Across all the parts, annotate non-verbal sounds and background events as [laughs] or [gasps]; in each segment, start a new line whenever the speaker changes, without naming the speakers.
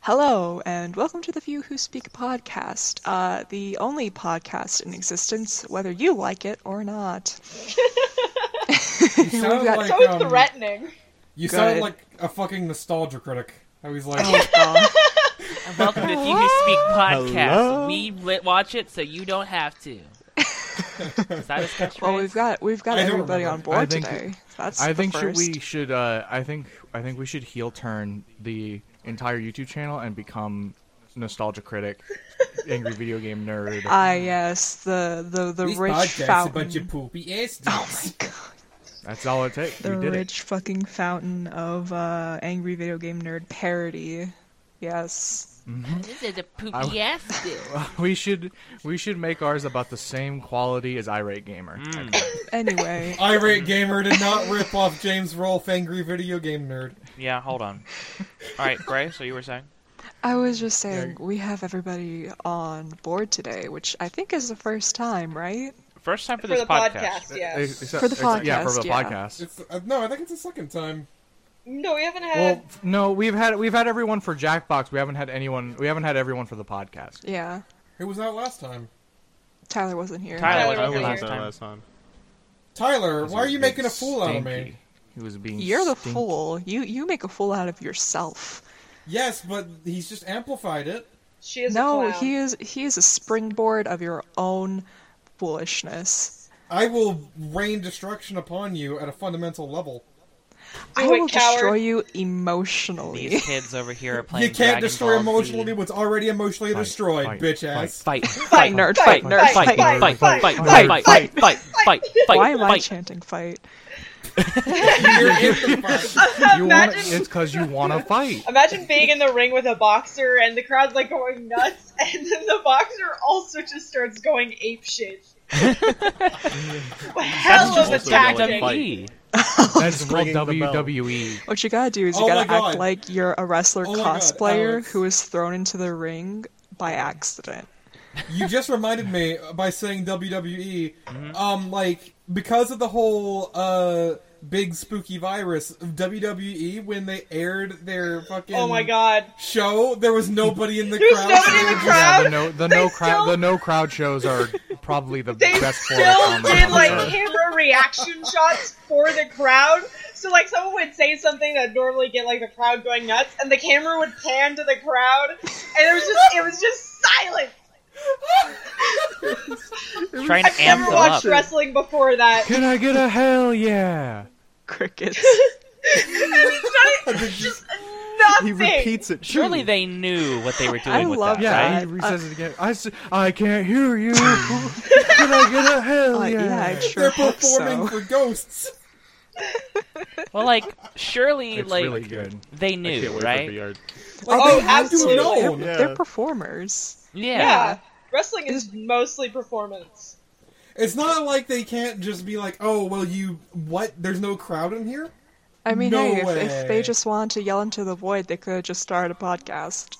Hello, and welcome to the Few Who Speak podcast, uh, the only podcast in existence, whether you like it or not.
You sound
got-
like,
So
um,
threatening.
You sound
Good.
like a fucking nostalgia critic. How he's like,
And welcome to Few Who Speak podcast.
Hello?
We li- watch it so you don't have to. Is that his catchphrase?
well, we've got we've got
I don't
everybody
remember.
on board
I think-
today. That's
I
the
think should
first.
we should uh, I think I think we should heel turn the entire YouTube channel and become nostalgia critic, angry video game nerd.
Ah, yes, the the the
these
rich
podcasts are a bunch
fountain.
of poopy ass
Oh
dicks.
my god.
That's all it takes.
The
we did
rich fucking fountain of uh, angry video game nerd parody. Yes.
This is a poopy
I-
ass dude.
it. [laughs] We should we should make ours about the same quality as irate gamer.
Anyway,
[laughs] Irate gamer did not rip off James Rolfe, angry video game nerd.
Yeah, hold on. All right, Gray. So you were saying?
I was just saying we have everybody on board today, which I think is the first time, right?
First time for,
For
this
the podcast, yeah.
E-, Except-
For the
except- yeah, for
podcast,
the
yeah.
podcast.
It's, uh, no, I think it's the second time.
No, we haven't had.
Well, f- no, we've had we've had everyone for Jackbox. We haven't had anyone. We haven't had everyone for the podcast.
Yeah.
Who was out last time?
Tyler wasn't here.
Tyler was
Tyler
on
was
here last
here.
time.
Tyler,
He
why are
was
you
being
making a fool out of me?
stinky. He was being.
You're the
stinky.
fool. You you make a fool out of yourself.
Yes, but he's just amplified it.
she is
no,
a clown.
he is he is a springboard of your own foolishness.
I will rain destruction upon you at a fundamental level.
I
it,
will destroy
coward.
you emotionally.
These kids over here are playing.
You can't
Dragon
destroy
Ball
emotionally
Z.
what's already emotionally
Fight,
destroyed,
fight,
bitch
fight,
ass.
Fight,
Fight,
fight,
nerd, fight, nerd,
fight,
fight,
fight,
nerd.
fight, fight, fight,
fight,
fight, fight, fight, fight,
[laughs] Why am I
fight, fight.
chanting fight?
You're amplified.
[laughs]
You want
Imagine-
it's because you want to fight.
Imagine being in the ring with a boxer and the crowd's like going nuts, [laughs] and then the boxer also just starts going ape shit. Hell of a
just also really
tactic.
funny.
WWE.
That's called E.
ringing the bell.
WWE.
What you gotta do is you
Oh my
gotta act
God.
like you're a wrestler
Oh my God,
cosplayer
Alex.
who is thrown into the ring by
[laughs]
accident.
you just reminded me by saying WWE,
Mm-hmm.
um, like because of the whole uh big spooky virus WWE when they aired their fucking
Oh my god.
show, there was nobody in the
There's
crowd.
nobody
[laughs]
in the crowd.
Yeah, the no, the
They
no crowd,
still-
the no crowd shows are probably the
They
best form of
still
comedy
did
on
like
earth.
camera reaction shots for the crowd. So like someone would say something that would normally get like the crowd going nuts, and the camera would pan to the crowd, and it was just it was just silent.
Trying
I've
to amp
never
them
watched
up.
wrestling before that.
Can I get a hell yeah?
Crickets.
It's not- it's just nothing.
it.
Surely they knew what they were doing
I
with
love
that,
Yeah,
right?
he
I-
says it again. I, s- I can't hear you. Can I get a hell
Uh, yeah,
yeah?
I sure
They're
hope so.
performing for ghosts.
Well, like, surely,
It's
like,
really good.
they
I can't
knew,
wait for
right?
VR.
Like,
Oh,
they had to
absolutely.
know.
Oh,
They're,
Yeah.
they're performers.
Yeah.
Yeah. Wrestling is mostly performance.
It's not like they can't just be like, oh well, you what? There's no crowd in here.
I mean,
No
hey, if, if they
way.
just wanted to yell into the void, they could have just started a podcast.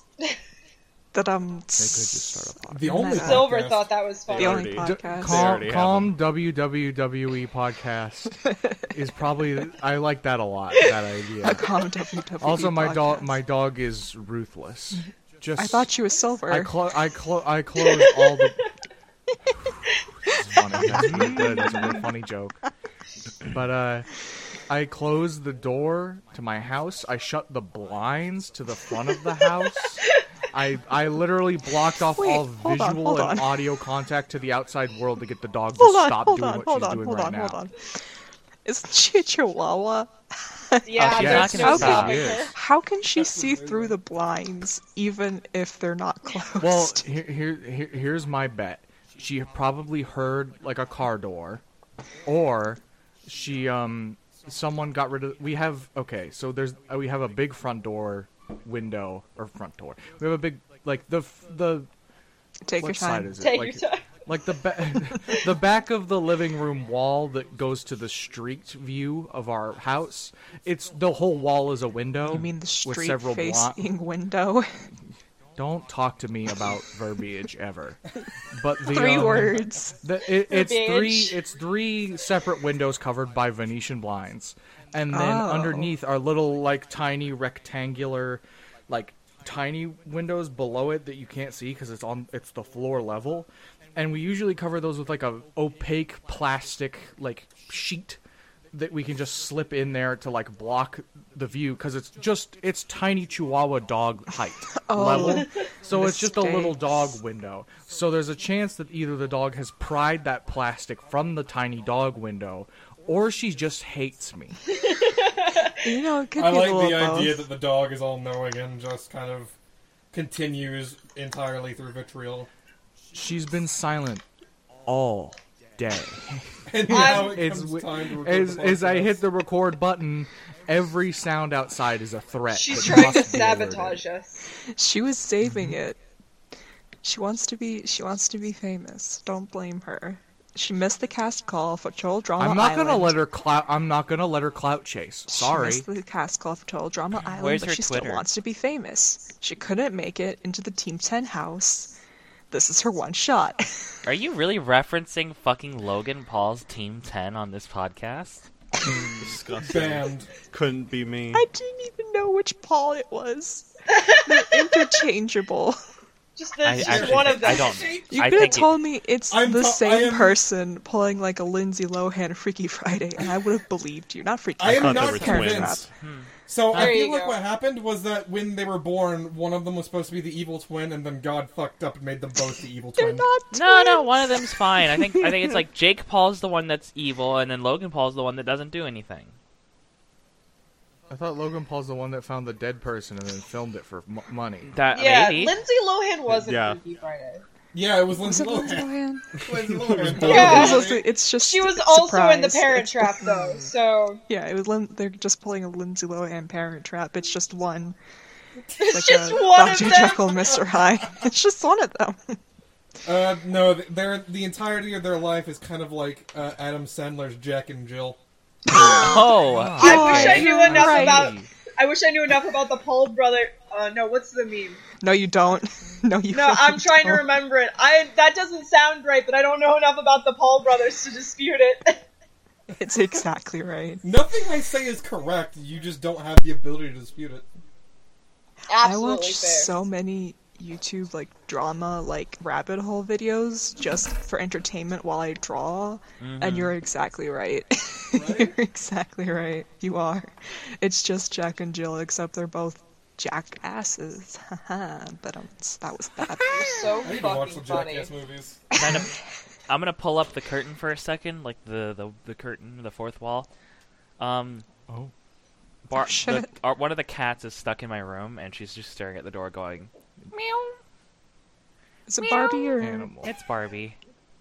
That um,
They could just start a podcast.
The only
Nice.
Silver
podcast.
thought that was
the
funny.
only
They
D-
podcast.
calm,
already have
calm WWE podcast is probably I like that a lot.
[laughs]
That
a [laughs]
idea.
calm WWE
Also, my dog
E podcast.
my dog is ruthless. Just
I thought she was silver.
I clo- I clo- I closed all the. It's funny. [laughs] That's really good. That's a really funny joke. But uh, I closed the door to my house. I shut the blinds to the front of the house. I I literally blocked off
Wait,
all
hold on,
visual
hold on.
and audio contact to the outside world to get the dog
hold
to
on,
stop
hold
doing
on,
what
hold
she's
on,
doing
hold
right
on,
now.
hold on. Isn't she a chihuahua?
Yeah,
Oh, yeah,
there's
it's
no
not gonna
stopping
be good.
her.
How can she see through the blinds even if they're not closed?
Well, here, here, here, here's my bet. She probably heard like a car door, or she um someone got rid of. We have okay, so there's uh, we have a big front door window or front door. We have a big like the f- the
[laughs] take your
what side
time.
is it?
Take
like,
your time.
like the ba- [laughs] the back of the living room wall that goes to the street view of our house. It's the whole wall is a window.
You mean the
with
street
several blo-
facing window? [laughs]
Don't talk to me about verbiage
[laughs]
ever. But the
Three
um,
words.
The, it, it's
bitch.
three. It's three separate windows covered by Venetian blinds, and then
Oh.
underneath are little like tiny rectangular, like tiny windows below it that you can't see because it's on it's the floor level, and we usually cover those with like a opaque plastic like sheet that we can just slip in there to like block the view because it's just it's tiny Chihuahua dog height
[laughs] Oh.
level, so it's just a little dog
Mistakes.
window. So there's a chance that either the dog has pried that plastic from the tiny dog window, or she just hates me.
You know, it
[laughs]
could
I
be
like
a little
the
of
idea
both.
that the dog is all knowing and just kind of continues entirely through vitriol. [laughs]
She's been silent all day.
And now
I'm-
it
It's
comes
wi-
time to record
as
the
as I
podcast.
hit the record button, every sound outside is a threat.
She's
that
trying to
must be averted.
sabotage us.
She was saving
Mm-hmm.
it. She wants to be. She wants to be famous. Don't blame her. She missed the cast call for Troll Drama
I'm not
Island.
gonna let her clout. I'm not gonna let her clout chase. Sorry.
She missed the cast call for Total Drama Island,
Where's
but
her
she
Twitter?
still wants to be famous. She couldn't make it into the Team 10 house. This is her one shot. [laughs]
Are you really referencing fucking Logan Paul's Team 10 on this podcast?
Disgusting.
banned.
[laughs] Couldn't be me.
I didn't even know which Paul it was.
[laughs]
They're interchangeable.
Just
I
this, just
actually
one
think-
of them.
I don't.
You
I
could have
think it-
told me it's
I'm
the
to- I
same
am-
person pulling like a Lindsay Lohan Freaky Friday, and I would have believed you. Not Freaky
I am
Friday.
thought they
not
were
Karen
twins.
Rapp.
twins.
Hmm.
So I
There
feel
you
like
go.
what happened was that when they were born, one of them was supposed to be the evil twin, and then God fucked up and made them both the evil
[laughs] They're
twin.
not
No, no, one of them's fine. I think I
[laughs]
think it's like Jake Paul's the one that's evil, and then Logan Paul's the one that doesn't do anything.
I thought Logan Paul's the one that found the dead person and then filmed it for m- money.
That
Yeah,
maybe.
Lindsay Lohan wasn't
Yeah.
Freaky Friday.
Yeah, it was
Was
Lindsay
it Lindsay
Lohan.
Lohan?
Lindsay Lohan.
Yeah.
It was also- it's just
She was
a
also in the
surprise.
Parent
It's-
Trap,
[laughs]
though. So
Yeah, it was. Lin- they're just pulling a Lindsay Lohan Parent Trap. It's just one.
it's
like
just
a
one of
Dr.
them.
Jekyll, Mr. Hyde. It's just one of them.
Uh, no, th- their the entirety of their life is kind of like uh, Adam Sandler's Jack and Jill.
Oh,
[laughs] I wish I
okay.
knew enough
Right.
about. I wish I knew enough about the Paul brother. Uh, no, what's the meme?
No, you don't. [laughs] No, you.
No, I'm
really
trying to
don't.
remember it. I that doesn't sound right, but I don't know enough about the Paul brothers to dispute it.
[laughs]
[laughs]
It's exactly right.
Nothing I say is correct. You just don't have the ability to dispute it.
Absolutely
I watch
fair.
so many YouTube like drama like rabbit hole videos just for entertainment while I draw, and you're exactly right. [laughs] you're exactly right. You are. It's just Jack and Jill, except they're both jackasses. [laughs] Haha. but um, that was
[laughs]
bad.
so
I need to watch the
fucking funny.
Jackass movies.
Kind of- I'm gonna pull up the curtain for a second, like the the, the curtain, the fourth wall. Um.
Oh.
[laughs]
Bar- the,
Shit.
our, one of the cats is stuck in my room, and she's just staring at the door, going,
Is it Barbie or
Animal.
"It's Barbie."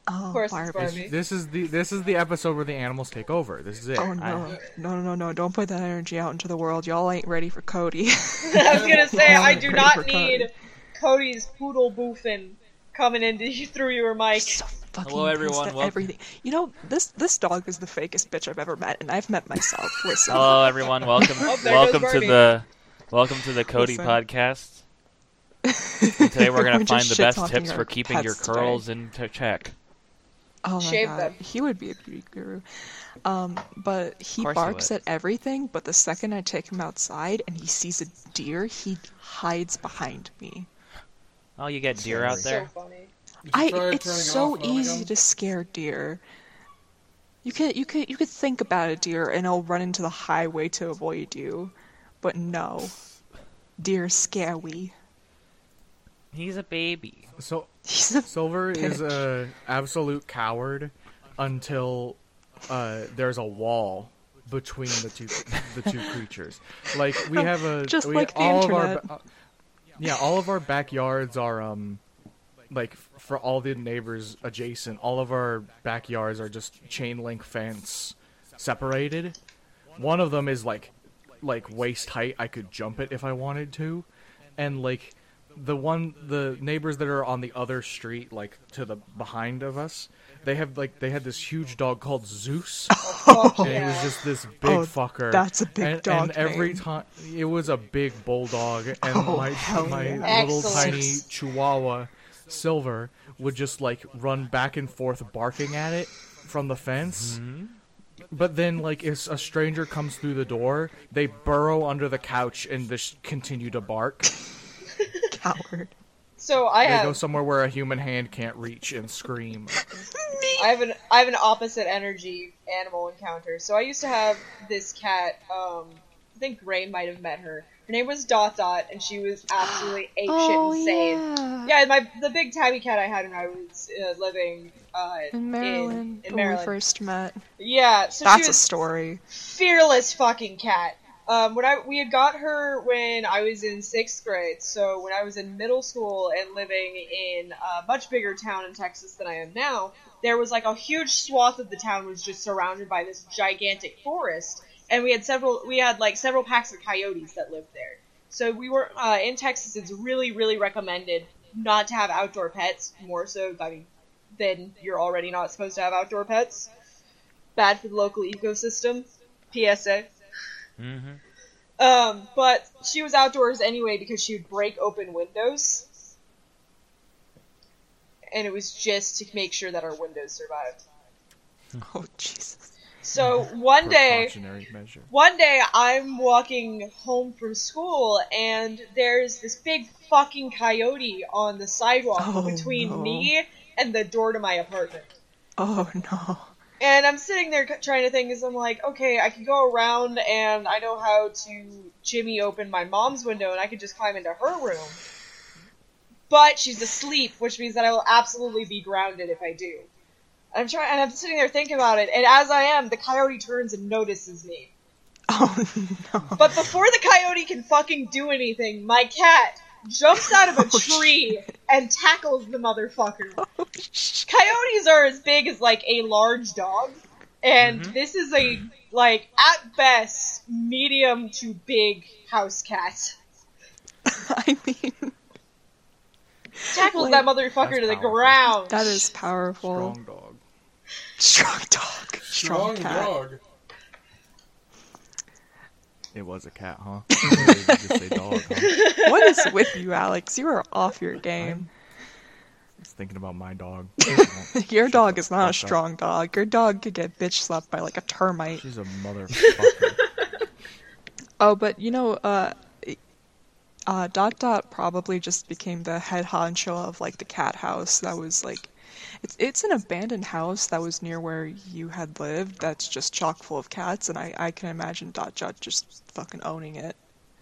Oh,
Of course, it's
Barbie.
Barbie.
This is the this is the episode where the animals take over. This is it.
Oh no. No, no, no, no. Don't put that energy out into the world. Y'all ain't ready for Cody. [laughs]
[laughs] I was gonna say I
Ready
do
for
not
Cody.
need Cody's poodle boofing coming into you [laughs] through your mic.
so fucking
Hello,
pissed
everyone.
at
Welcome.
everything. You know, this this dog is the fakest bitch I've ever met, and I've met myself. Listen.
Hello,
[laughs]
everyone. Welcome,
Oh, there goes
welcome to
Barbie.
the, welcome to the Cody
Listen.
podcast.
[laughs]
And today we're gonna
We're just
find the best
shit-talking
tips
our
for keeping your
pets
curls in t- check.
oh my
Shave
god.
them.
He would be a beauty guru. Um, but he
course he
barks
would.
at everything, but the second I take him outside and he sees a deer, he hides behind me.
Oh, you get deer out
So
there.
funny.
Did you
I
try
it's
turning it
so
off and on
easy
again?
to scare deer. You could you could you could think about a deer and it'll run into the highway to avoid you. But no. Deer scary.
He's a baby.
So
[laughs] He's a
Silver is
Bitch.
a absolute coward until uh, there's a wall between the two
[laughs]
the two creatures. Like we have a
Oh, Just
we,
like the
all
internet.
Of our, ba- yeah, all of our backyards are um like for all the neighbors adjacent. All of our backyards are just chain link fence separated. One of them is like like waist height. I could jump it if I wanted to, and like the one the neighbors that are on the other street, like to the behind of us, they have like they had this huge dog called Zeus,
[laughs]
Fuck
and it was
yeah.
just this big
Oh,
fucker.
that's a big
and,
dog
And every
name.
time it was a big bulldog, and
Oh,
my
hell
my
yeah.
little
Excellent.
tiny Chihuahua Silver would just like run back and forth barking at it from the fence.
Mm-hmm.
But then, like, if a stranger comes through the door, they burrow under the couch and just continue to bark.
Howard.
So I
They go
have
somewhere where a human hand can't reach and scream.
I have an I have an opposite energy animal encounter. So I used to have this cat. Um, I think Ray might have met her. Her name was Dot Dot, and she was
[gasps]
absolutely apeshit insane.
Oh, yeah.
Yeah, my the big tabby cat I had when I was uh, living uh,
In Maryland,
in,
when
in
we
Maryland.
first met.
Yeah, so she
That's a
was
story.
fearless fucking cat. Um, when I we had got her when I was in sixth grade, so when I was in middle school and living in a much bigger town in Texas than I am now, there was like a huge swath of the town was just surrounded by this gigantic forest, and we had several we had like several packs of coyotes that lived there. So we were uh, in Texas. It's really really recommended not to have outdoor pets. More so, I mean, than you're already not supposed to have outdoor pets. Bad for the local ecosystem. PSA.
Mm-hmm.
Um, but she was outdoors anyway because she would break open windows. And it was just to make sure that our windows survived.
Oh Jesus.
So
Mm-hmm.
one day,
Precautionary measure.
one day I'm walking home from school and there's this big fucking coyote on the sidewalk
Oh,
between
no.
me and the door to my apartment.
Oh no.
And I'm sitting there c- trying to think, is I'm like, okay, I could go around and I know how to jimmy open my mom's window and I could just climb into her room. But she's asleep, which means that I will absolutely be grounded if I do. I'm trying, and I'm sitting there thinking about it. And as I am, the coyote turns and notices me.
Oh no.
But before the coyote can fucking do anything, my cat jumps out of a
Oh,
tree and tackles the motherfucker.
Oh, shit.
coyotes are as big as like a large dog, and this is a like at best medium to big house cat.
[laughs] I mean,
Tackles
Like-
that motherfucker to the
powerful.
ground.
that is powerful.
Strong dog.
Strong, dog. Strong,
Strong
cat.
dog.
It was a cat,
[laughs]
huh? Just a dog, huh? I
What is with you, Alex? You are off your game.
was thinking about my dog.
[laughs] Your
Shut
dog
the
is not a
fuck up.
strong dog. Your dog could get bitch slapped by like a termite.
She's a motherfucker.
Oh, but you know, uh, uh, Dot Dot probably just became the head honcho of like the cat house that was like, it's it's an abandoned house that was near where you had lived. That's just chock full of cats, and I I can imagine Dot Dot just fucking owning it.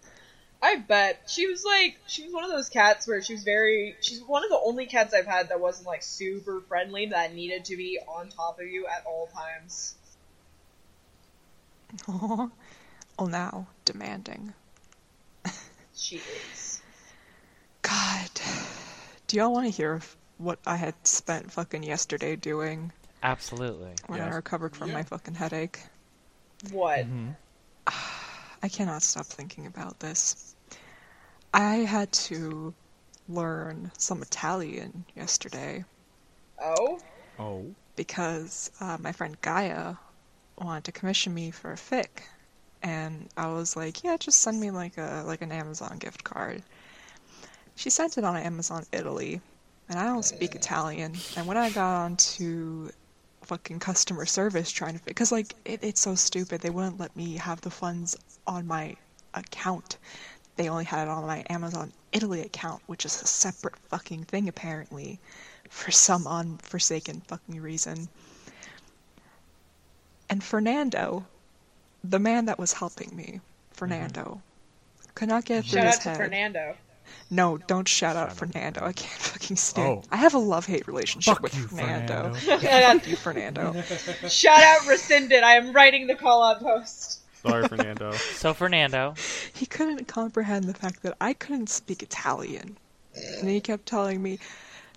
[laughs]
I bet she was like she was one of those cats where she was very. She's one of the only cats I've had that wasn't like super friendly that needed to be on top of you at all times.
Aw. Oh, now demanding.
She is.
God, do y'all want to hear of what I had spent fucking yesterday doing
Absolutely.
when I
Yes.
recovered from my fucking headache?
What?
Mm-hmm.
I cannot stop thinking about this. I had to learn some Italian yesterday
Oh,
Oh.
because uh, my friend Gaia wanted to commission me for a fic, and I was like, "Yeah, just send me like a like an Amazon gift card." She sent it on Amazon Italy, and I don't speak Italian. And when I got onto fucking customer service trying to because like it, it's so stupid, they wouldn't let me have the funds on my account. They only had it on my Amazon Italy account, which is a separate fucking thing apparently for some unforsaken fucking reason. And Fernando, the man that was helping me, Fernando, could not get it through
shout
his
out to
head.
Fernando. [laughs]
No, don't shout out Fernando. I can't fucking stand. I have a love-hate relationship with Fernando. [laughs] Fuck you, Fernando.
Shout out rescinded. I am writing the call out post.
Sorry, Fernando.
So Fernando,
He couldn't comprehend the fact that I couldn't speak Italian, and he kept telling me,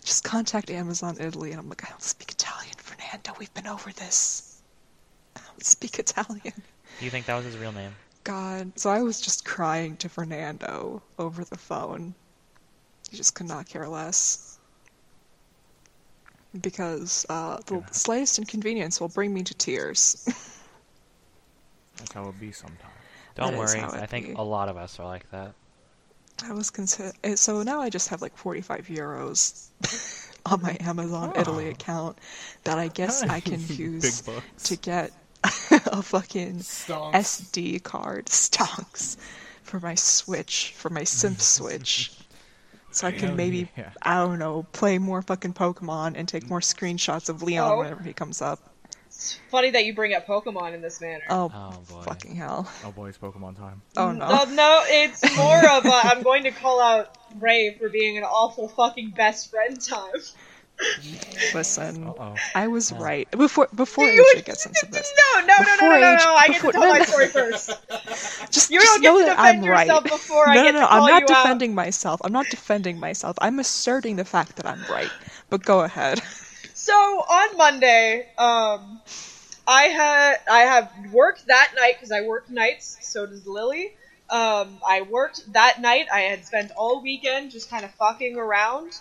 "Just contact Amazon Italy." And I'm like, "I don't speak Italian, Fernando. We've been over this. I don't speak Italian."
do you think that was his real name?
God. So I was just crying to Fernando over the phone. He just could not care less. Because uh, the slightest inconvenience will bring me to tears. [laughs]
That's how it be sometimes.
Don't
That is
worry.
how it
I think
be.
a lot of us are like that.
I was consider so now I just have like 45 euros [laughs] on my Amazon Italy account that I guess I can use to get [laughs] a fucking
Stonks. [laughs]
SD [laughs] card stonks for my Switch for my Simp Switch. so I can maybe
yeah.
I don't know play more fucking Pokemon and take more screenshots of Leon
Oh.
whenever he comes up.
It's funny that you bring up Pokemon in this manner.
Oh,
Oh boy.
fucking hell!
Oh boy, it's Pokemon time.
Oh no!
Uh, no, it's more of a, I'm going to call out Ray for being an awful fucking best friend time.
Listen,
Oh,
Uh-oh.
I was right before before
You
AJ
would- [laughs]
gets into this.
No, no, no, no, no,
Before
no,
age-
no, I get to
before-
tell
no,
my
no.
story first.
Just,
You
just
don't get
know
to
that I'm
defend
right.
yourself before
no, [laughs]
I
no,
get
no,
to
I'm
call
not
you out.
defending myself. I'm not defending myself. I'm asserting the fact that I'm right. But go ahead. [laughs]
So on Monday, um, I had I have worked that night because I work nights. So does Lily. Um, I worked that night. I had spent all weekend just kind of fucking around,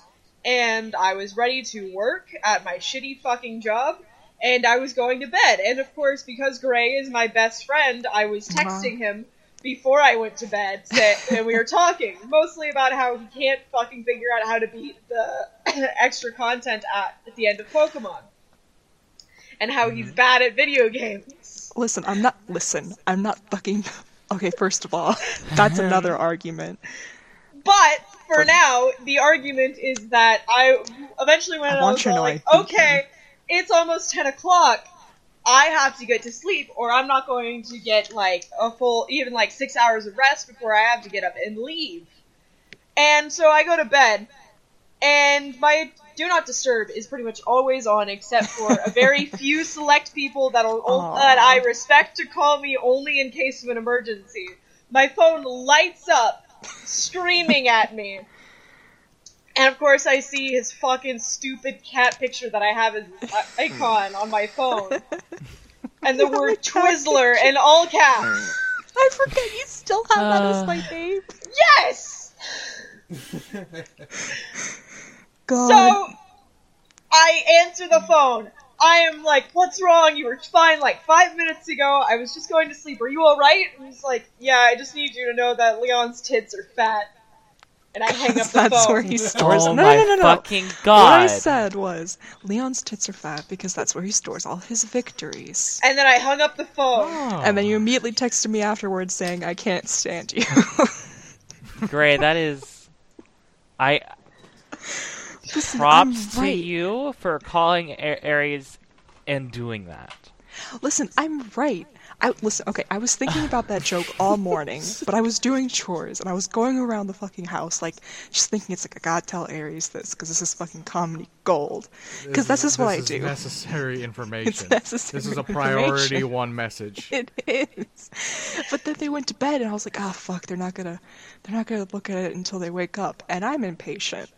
and I was ready to work at my shitty fucking job. And I was going to bed. And of course, because Gray is my best friend, I was texting him before I went to bed, say, and we were talking mostly about how he can't fucking figure out how to beat the [coughs] extra content at, at the end of Pokemon, and how he's bad at video games.
Listen, I'm not. Listen, I'm not fucking. [laughs] Okay, first of all, [laughs] that's another argument.
But for now, the argument is that I eventually went
I
and I
want
was
your
all like,
knife.
okay, it's almost ten o'clock. I have to get to sleep, or I'm not going to get like a full, even like six hours of rest before I have to get up and leave. And so I go to bed, and my do not disturb is pretty much always on, except for
[laughs]
a very few select people that'll
Aw.
that I respect to call me only in case of an emergency. My phone lights up, screaming at me. And of course, I see his fucking stupid cat picture that I have as
Hmm.
a- icon on my
[laughs]
phone, and the word Twizzler in all
Hmm.
caps.
I forget you still have that as
Uh.
my name.
Yes.
God.
So I answer the phone. I am like, "What's wrong? You were fine like five minutes ago. I was just going to sleep. Are you all right?" And he's like, "Yeah, I just need you to know that Leon's tits are fat." And I hang
[laughs]
up the
that's
phone.
where he stores.
oh
no,
my
no, no, no, no.
fucking
What I
god!
said was Leon's tits are fat because that's where he stores all his victories.
And then I hung up the phone.
Oh.
And then you immediately texted me afterwards saying, I can't stand you. [laughs]
Gray, that is. I
Listen, I'm
props to
right.
you for calling a- Aries and doing that.
Listen, I'm right. I listen. Okay, I was thinking about that joke all
[laughs]
morning, but I was doing chores and I was going around the fucking house, like just thinking it's like I gotta tell Aries this because this is fucking comedy gold. Because this, is what I
this
do.
Necessary information.
necessary
this is a priority
information. [laughs]
one message.
it is. But then they went to bed, and I was like, "Ah, fuck! They're not gonna, they're not gonna look at it until they wake up." And I'm impatient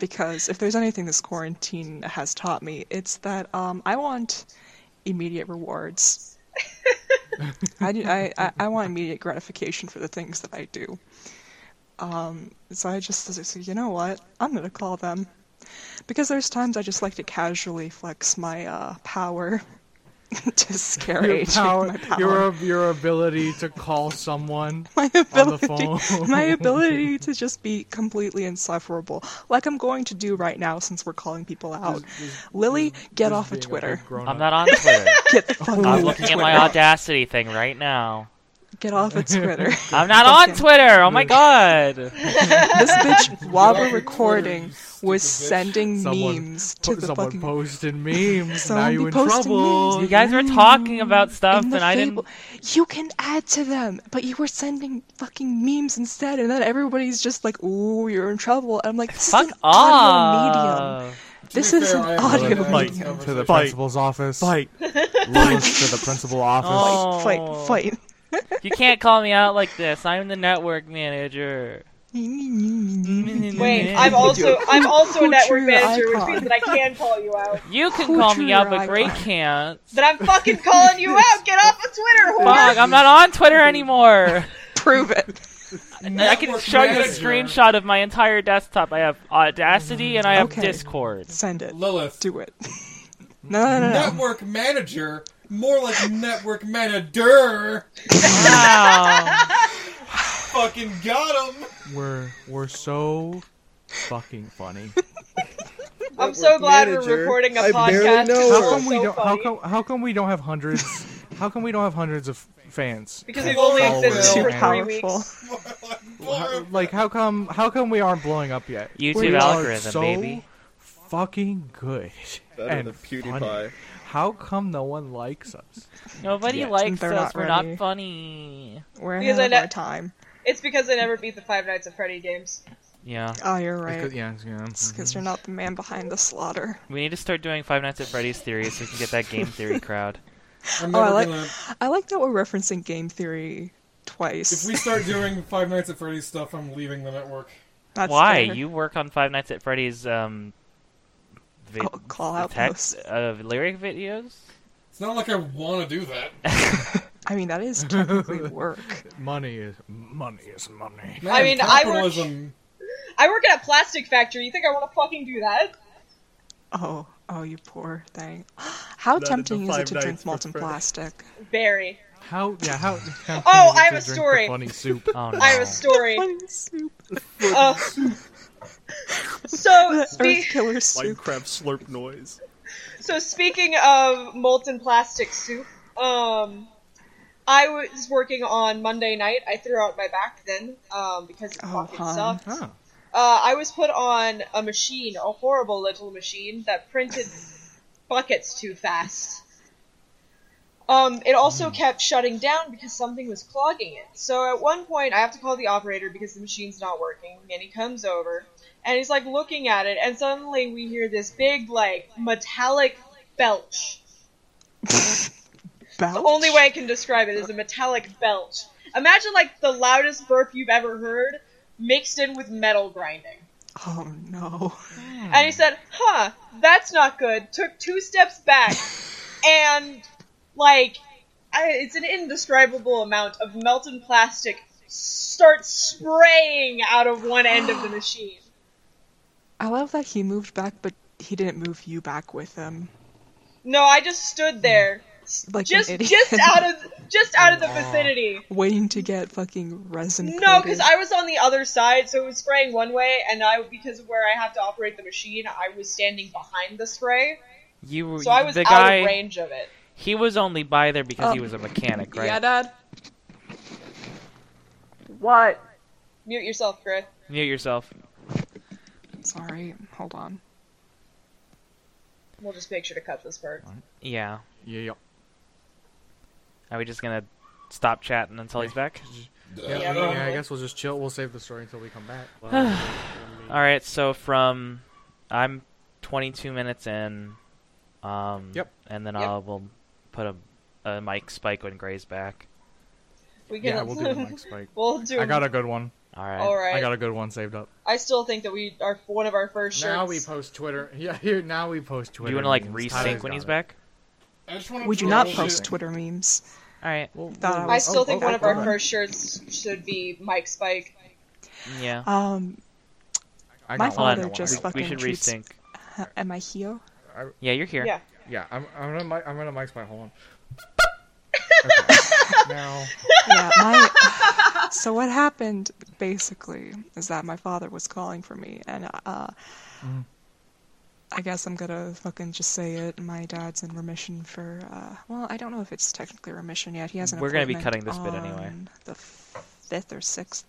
because if there's anything this quarantine has taught me, it's that um, I want immediate rewards. I, do- I, I I want immediate gratification for the things that I do. Um, so I just was like, you know what? I'm gonna call them because there's times I just like to casually flex my uh, power [laughs] to scare
Your
AJ,
power,
my power.
Your, your ability to
[laughs]
call someone
my
on the
ability,
phone.
[laughs] my ability to just be completely insufferable, like I'm going to do right now since we're calling people out. Lily, get off of
Being a
Twitter.
big grown
I'm
up.
not
[laughs]
on Twitter.
Get the fuck
I'm
off of
looking at
Twitter. [laughs]
my audacity thing right now.
Get off of Twitter.
I'm not on
Fucking-
Twitter. Oh my god.
this bitch, while
Get off
we're
of
recording,
Twitter, you
was
stupid bitch.
sending
Someone
memes
Po-
to the
someone
fucking.
posted memes. Now
Someone be
you in
posting
trouble.
You guys were talking about stuff
in
and
the
I
Fable-
didn't.
You can add to them, but you were sending fucking memes instead, and then everybody's just like, "Ooh, you're in trouble." And I'm like, "This
Fuck
is an audio medium.
off.
This
be
is
fair,
an
I have
audio
another
medium."
Like,
conversation.
to the
Fight.
principal's office.
Fight.
Lewis
[laughs]
to the principal office.
Oh.
Fight, fight,
You can't call me out like this. I'm the network manager.
fight.
Wait,
[laughs]
I'm also I'm also a
Who
network
drew your
manager, which
icon?
means that I can call you out.
You can
Who
call
drew
me out,
your [laughs]
but Gray
icon?
can't.
That I'm fucking calling you out. Get off of Twitter,
Fuck,
whore.
I'm not on
[laughs]
Twitter anymore.
Prove it.
I can
Network
show you a
manager.
screenshot of my entire desktop. I have Audacity and I have
Okay. [laughs]
Discord.
Send it.
Lilith.
Do it. No, no, no, no.
Network manager, more like network manager.
Wow.
Fucking got him. [laughs]
We're we're so
[laughs]
fucking funny.
I'm so glad we're
manager.
recording a
I barely
podcast.
know
It's
her.
How
all
come we
so
don't? How
funny.
come how come we don't have hundreds? how come we don't have hundred of fans?
Because we've only
Well,
existed
Too
for
and-
three
powerful.
weeks.
how, like how come how come we aren't blowing up yet?
YouTube
We are
algorithm,
so
baby.
fucking good.
Better
and
than PewDiePie.
funny. How come no one likes us?
Nobody
Yeah.
likes
They're not
us. We're
ready.
not funny.
We're
Because
ahead
I
of
ne-
our time.
It's because I never beat the Five Nights at Freddy games.
Yeah,
Oh, you're right.
Because- yeah, yeah.
Because you're not the man behind the slaughter.
we need to start doing Five Nights at Freddy's theory so we can get that game theory crowd.
I'm
Oh,
never
I like.
gonna.
I like that we're referencing game theory
If
twice.
we start doing Five Nights at Freddy's stuff, I'm leaving the network.
That's
Why
fair.
you work on Five Nights at Freddy's? Um, vi-
Call- call out
text
posts.
uh, lyric videos. Oh,
It's not like I want to do that.
I mean, that is
[laughs]
technically work.
Money is money is money.
Man,
I mean, I work-
capitalism.
I work at a plastic factory. You think I want to fucking do that?
Oh, oh, you poor thing. [gasps] How
the
tempting is
Five
it to
Nights
drink
for
molten
Freddy.
plastic?
Very.
How yeah how?
[laughs]
how
Oh,
can you
I have a
just drink the
story.
Funny soup.
Oh no.
I have a story.
Funny soup.
[laughs]
Uh, so,
The Earth
spe-
Killer soup.
Minecraft slurp noise.
so speaking of molten plastic soup, um, I was working on Monday night. I threw out my back then um, because it
Oh,
fucking
hon.
sucked.
Oh.
Uh, I was put on a machine, a horrible little machine that printed buckets too fast. Um, it also kept shutting down because something was clogging it. So at one point, I have to call the operator because the machine's not working, and he comes over and he's like looking at it, and suddenly we hear this big, like, metallic belch.
Belch?
The only way I can describe it is a metallic belch. Imagine, like, the loudest burp you've ever heard mixed in with metal grinding.
Oh no.
And he said, huh, that's not good. Took two steps back. and, like, I, it's an indescribable amount of melted plastic starts spraying out of one end of the machine.
I love that he moved back, but he didn't move you back with him.
No, I just stood there.
Like
Just,
an idiot. [laughs]
just out of, just out of the vicinity.
waiting to get fucking resin.
No, because
coated.
I was on the other side, so it was spraying one way, and I, because of where I have to operate the machine, I was standing behind the spray,
You were
so I was
the
out
guy.
of range of it.
He was only by there because he
Um,
was a mechanic, right?
Dad.
What? Mute yourself, Griff.
Mute yourself.
Sorry, hold on.
We'll just make sure to cut this part.
Yeah.
Yeah, yeah.
Are we just gonna stop chatting until he's back?
Yeah,
Yeah,
yeah, I
probably.
guess we'll just chill. We'll save the story until we come
[sighs]
back.
All right. So from, I'm 22 minutes in. Um,
Yep.
And then
Yep.
I'll we'll put a, a mic spike when Gray's back.
We can.
[laughs] Yeah, we'll do the
[laughs]
mic spike.
[laughs] We'll do.
I got a good one.
All right.
All right.
I
I,
got a good one saved up.
still think that we are one of our first shirts.
Now we post Twitter. [laughs] Yeah, here now we post
Do
Twitter.
you want to like
memes.
resync
Tyler's
when
got
he's
it.
back?
I just wanna
Would you
throw
not
shit.
post Twitter memes?
All right.
Well,
Thought I
well,
was-
I still
oh,
think
oh,
one of our
okay.
first shirts should be Mike Spike.
Yeah.
Um,
I
My
got
father
one.
just
we, we
fucking
should
treats-
resync.
h- am I here?
Yeah, you're here.
Yeah.
Yeah, I'm, I'm gonna mic, I'm gonna mic
[laughs]
spike. Hold on. Okay. now,
Yeah, my. [sighs] so what happened basically is that my father was calling for me, and uh,
Mm-hmm.
I guess I'm gonna fucking just say it. My dad's in remission for. Uh, well, I don't know if it's technically remission yet. He has an.
We're gonna be
appointment
cutting this bit anyway.
on The fifth or sixth.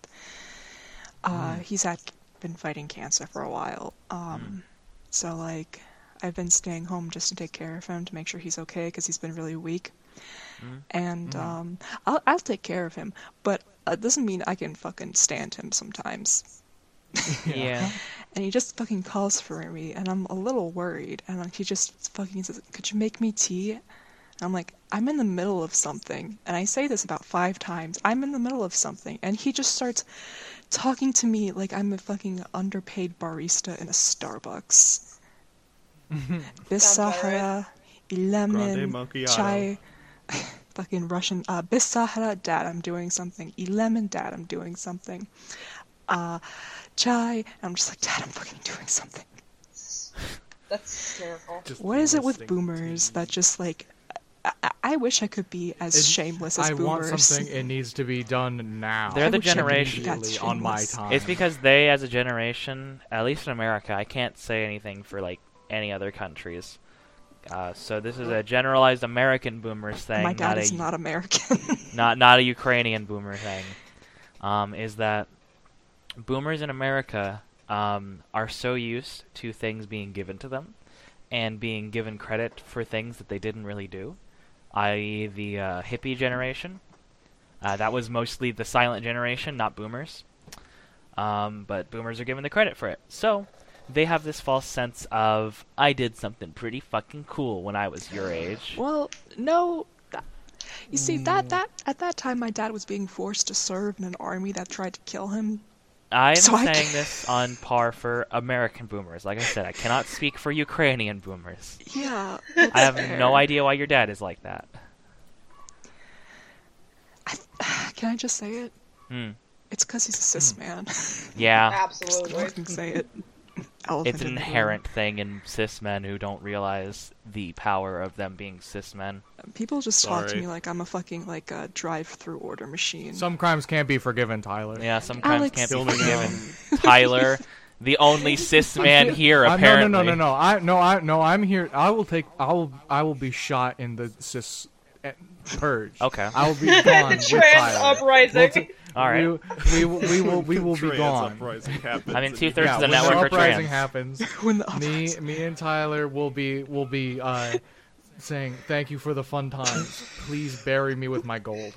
Uh,
Mm-hmm.
He's had been fighting cancer for a while. Um, so like, I've been staying home just to take care of him to make sure he's okay because he's been really weak.
Mm-hmm.
And um, I'll I'll take care of him, but uh, doesn't mean I can fucking stand him sometimes
Yeah.
[laughs]
and he just fucking calls for me, and I'm a little worried. And like, he just fucking says, "Could you make me tea?" And I'm like, "I'm in the middle of something," and I say this about five times. I'm in the middle of something, and he just starts talking to me like I'm a fucking underpaid barista in a Starbucks.
Sounds all
Bisahara,
Grande
lemon,
Macchiato.
chai. [laughs] Fucking Russian, uh, Bisahara, dad, I'm doing something. Lemon, dad, I'm doing something uh, chai. And I'm just like, Dad, I'm fucking doing something.
That's hysterical.
just
What is it with
listing
boomers
teams.
that just like. I, I- I wish I could be as
It-
shameless as
I want
boomers.
something. It needs to be done now.
They're the
wish I could be
generation-
that
Immediately on my
shameless.
time.
It's because they, as a generation, at least in America, I can't say anything for like any other countries. Uh, so this is a generalized American boomers
[laughs]
thing,
Oh My dad
not
is
a
not American. [laughs]
not not a Ukrainian boomer thing. Um, is that boomers in America um, are so used to things being given to them and being given credit for things that they didn't really do, i.e., the uh, hippie generation. Uh, that was mostly the silent generation, not boomers. Um, but boomers are given the credit for it. So they have this false sense of, I did something pretty fucking cool when I was your age.
Well, no. that- You see
Hmm.
that that at that time my dad was being forced to serve in an army that tried to kill him.
I am
So I
saying
ca-
this on par for American boomers. Like I said, I cannot speak for Ukrainian boomers.
Yeah.
I have no idea why your dad is like that.
Can I just say it?
Hmm.
It's because he's a cis man. [laughs]
Oh,
Yeah,
Just
Absolutely.
fucking say it. Elephant
[laughs] it's
in
an
the room.
inherent thing in cis men who don't realize the power of them being cis men.
People just talk to
Sorry.
me like I'm a fucking like a drive-through order machine.
Some crimes can't be forgiven, Tyler.
Yeah, some crimes
Alex-
can't
Kill
be
me now.
forgiven. Tyler, the only
[laughs]
cis man here,
Uh, um, no,
apparently.
no, no, no, no. I no, I no. I'm here. I will take. I will. I will be shot in the cis eh, purge.
Okay.
I
[laughs]
will be gone with
Trans
Tyler. We'll
uprising.
ta-
All right.
We, we, will- we will. We will be
Trans
gone.
uprising happens
I mean,
and
two-thirds
Yeah,
of
you-
the
when
network
the
are
uprising
trans. [laughs] Oh,
happens,
[laughs] when the
me,
uprising-
me, and Tyler will be will be uh, saying thank you for the fun times. Please bury me with my gold.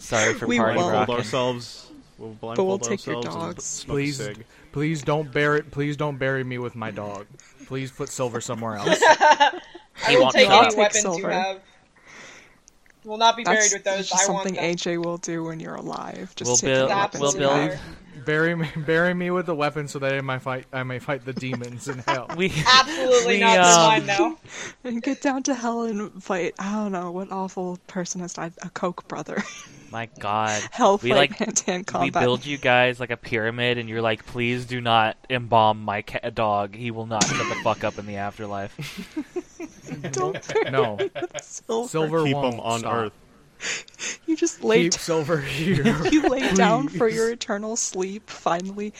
Sorry for
We
party
won't.
blindfold
rocking.
ourselves. We'll blindfold
take your
ourselves and
dogs.
smoke a
Please,
cig.
please don't bury. Please don't bury me with my dog. Please put silver somewhere else.
I will
won't
take
shut
up.
any
Take
weapons you
silver.
have. Will not be
That's
buried with those.
just
I want
something
them.
AJ will do when you're alive. Just
We'll
take
build-
the weapons
we'll
you
build-
have.
Bury me, [laughs] bury me with a weapon so that I might fight. I may fight the demons in hell.
We,
Absolutely
We,
not. They're mine
um,
now. [laughs]
[laughs] and get down to hell and fight. I don't know what awful person has died. A Coke brother. [laughs]
my God,
hell
we
fight
like
hand-to-hand
we
combat.
build you guys like a pyramid, and you're like, please do not embalm my ca- dog. He will not shut the fuck up in the afterlife.
[laughs]
[laughs]
Don't
No,
silver.
silver
Keep
won't
them on
stop.
Earth.
You just lay
Keep silver
[laughs]
here.
you
[laughs]
lay down for
Please.
your eternal sleep, finally,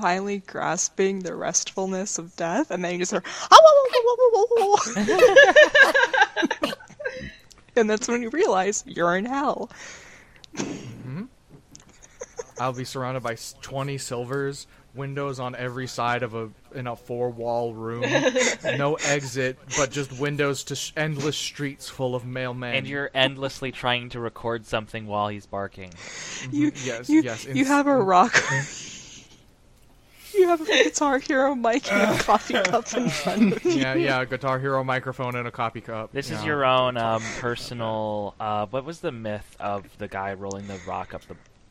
finally grasping the restfulness of death, and then you just hear, "Ah, wah, wah, wah, wah, wah, wah,
[laughs]
wah." and that's when you realize you're in hell.
I'll be surrounded by s- twenty silvers. Windows on every side of a in a four wall room, no
[laughs]
exit, but just windows to sh- endless streets full of mailmen.
And you're endlessly trying to record something while he's barking.
Mm-hmm.
You,
yes,
you,
yes,
you
ins-
have a rock. [laughs] You have a guitar hero mic
[laughs]
and a coffee cup in front of you.
[laughs] yeah,
[laughs]
yeah, a Guitar Hero microphone and a copy cup.
This is
Yeah.
your own um, personal. Uh, what was the myth of the guy rolling the rock up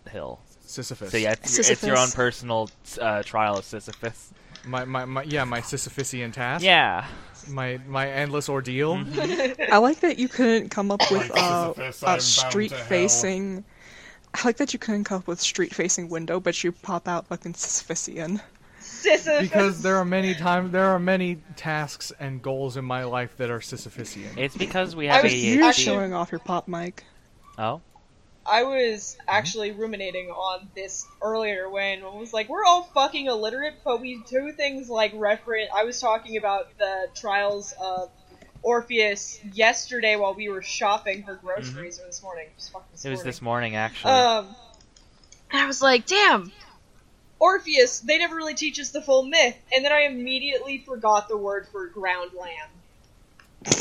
the hill?
Sisyphus.
So yeah, it's, your- it's your own
Sisyphus.
personal uh, trial of Sisyphus.
my, my, my yeah, my Sisyphusian task.
Yeah, Mm-hmm.
my my endless ordeal.
I like that you couldn't come up with
Like
uh,
Sisyphus, I am
a
bound
street
to hell.
facing. I like that you couldn't come up with street facing window, but you pop out fucking Sisyphusian.
Sisyphus.
because there are many times there are many tasks and goals in my life that are Sisyphusian.
it's because we
I
have
was-
ADHD.
You're
actually-
showing off your pop mic.
Oh,
I
Mm-hmm.
was actually ruminating on this earlier when I was like, we're all fucking illiterate, but we do things like reference. I was talking about the trials of Orpheus yesterday while we were shopping for groceries or this morning. It was fucking
Mm-hmm. it was
morning.
this morning actually.
Uh,
Um, and I was like, damn, Orpheus, they never really teach us the full myth. And then I immediately forgot the word for ground lamb.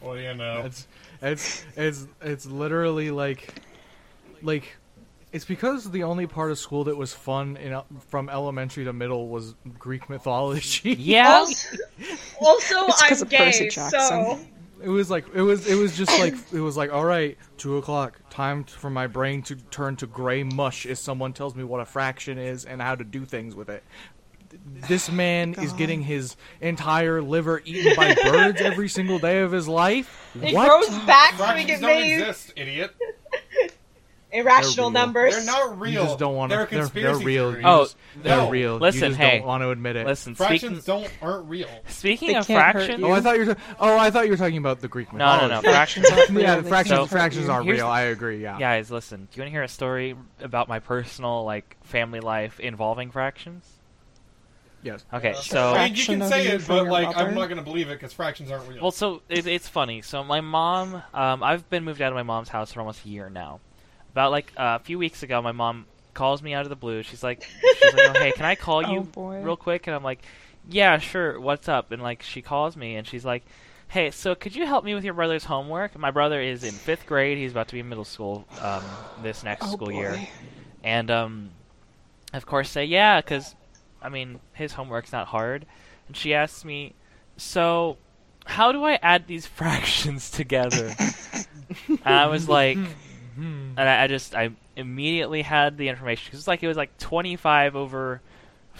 Well, you know.
It's it's it's it's literally like like it's because the only part of school that was fun in from elementary to middle was Greek mythology.
yeah,
oh.
Also, also
[laughs] It's 'cause
I'm
of Percy
gay, so.
Jackson.
It was like it was it was just like it was like all right, two o'clock, time t- for my brain to turn to gray mush as someone tells me what a fraction is and how to do things with it. This man is getting his entire liver eaten by birds every single day of his life.
It
what?
grows back so we
Fractions
get
don't
made
exist, idiot.
irrational
They're real.
numbers.
They're not real.
You just don't want to.
They're
They're,
conspiracy
they're real.
theories.
You
Oh,
just- they're
no.
real.
Listen,
you just
hey.
don't want to admit it.
listen. Speaking
Fractions don't aren't real.
speaking
They
of
can't hurt
fractions,
you.
Oh, I thought you were. Ta- oh, I thought you were talking about the Greek
no, no,
mythology.
no, fractions. are-
Yeah,
Real, they
fractions.
can't hurt
fractions
you.
are
Here's
real.
the-
I agree. Yeah.
Guys, listen. Do you want to hear a story about my personal like family life involving fractions?
Yes.
Okay,
I
so
mean, you
Fraction
can
of
say
you
it,
for
but
your
like, I'm
rubber.
not gonna believe it because fractions aren't real.
well, so it, it's funny. So my mom, um, I've been moved out of my mom's house for almost a year now. About like a few uh, weeks ago, my mom calls me out of the blue. She's like, she's like, oh, hey, can
[laughs]
I call
Oh,
you
boy.
real quick? And I'm like, yeah, sure. What's up? And like, she calls me and she's like, hey, so could you help me with your brother's homework? My brother is in fifth grade. He's about to be in middle school um, this next
Oh,
school
boy.
year. And um, of course, say yeah, because I mean, his homework's not hard. And she asks me, so how do I add these [laughs] fractions together? and I was like, and I, I just I immediately had the information because it's like it was like 25 over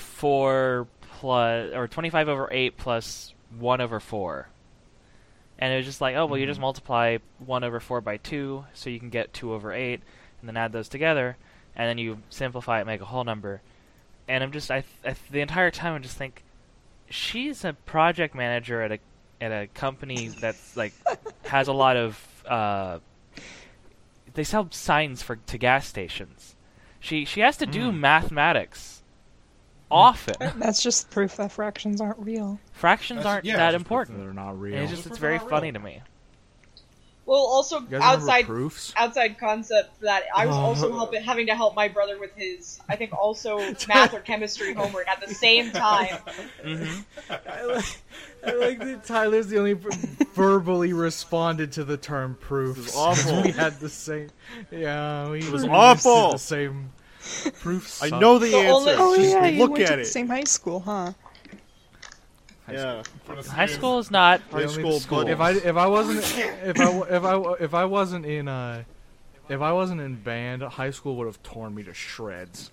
four plus or 25 over eight plus one over four, and it was just like oh well you just multiply one over four by two so you can get two over eight and then add those together and then you simplify it make a whole number, and I'm just I, I the entire time I just think she's a project manager at a at a company that's like has a lot of uh, they sell signs for to gas stations. She she has to do mathematics often.
[laughs] That's just proof that fractions aren't real.
Fractions
That's-
aren't
yeah,
that
just
important.
They're not real.
And it's just
Just
it's
proof
very
they're not
funny
real.
to me.
Well, also
you guys
outside
remember proofs?
outside concept that I was also
Oh.
helping, having to help my brother with his, I think, also math or chemistry homework at the same time.
hmm
I like, I like that Tyler's the only per- verbally responded to the term proof.
This is awful.
we had the same. Yeah, we it
was awful.
The same proofs.
I know the
The only-
answer.
Oh,
Just
you
look
went to
at
the
it.
same high school, huh?
Yeah.
High school is not.
High
only
school.
school.
books.
If I if I wasn't if I wa- if I if I wasn't in uh if I wasn't in band, high school would have torn me to shreds.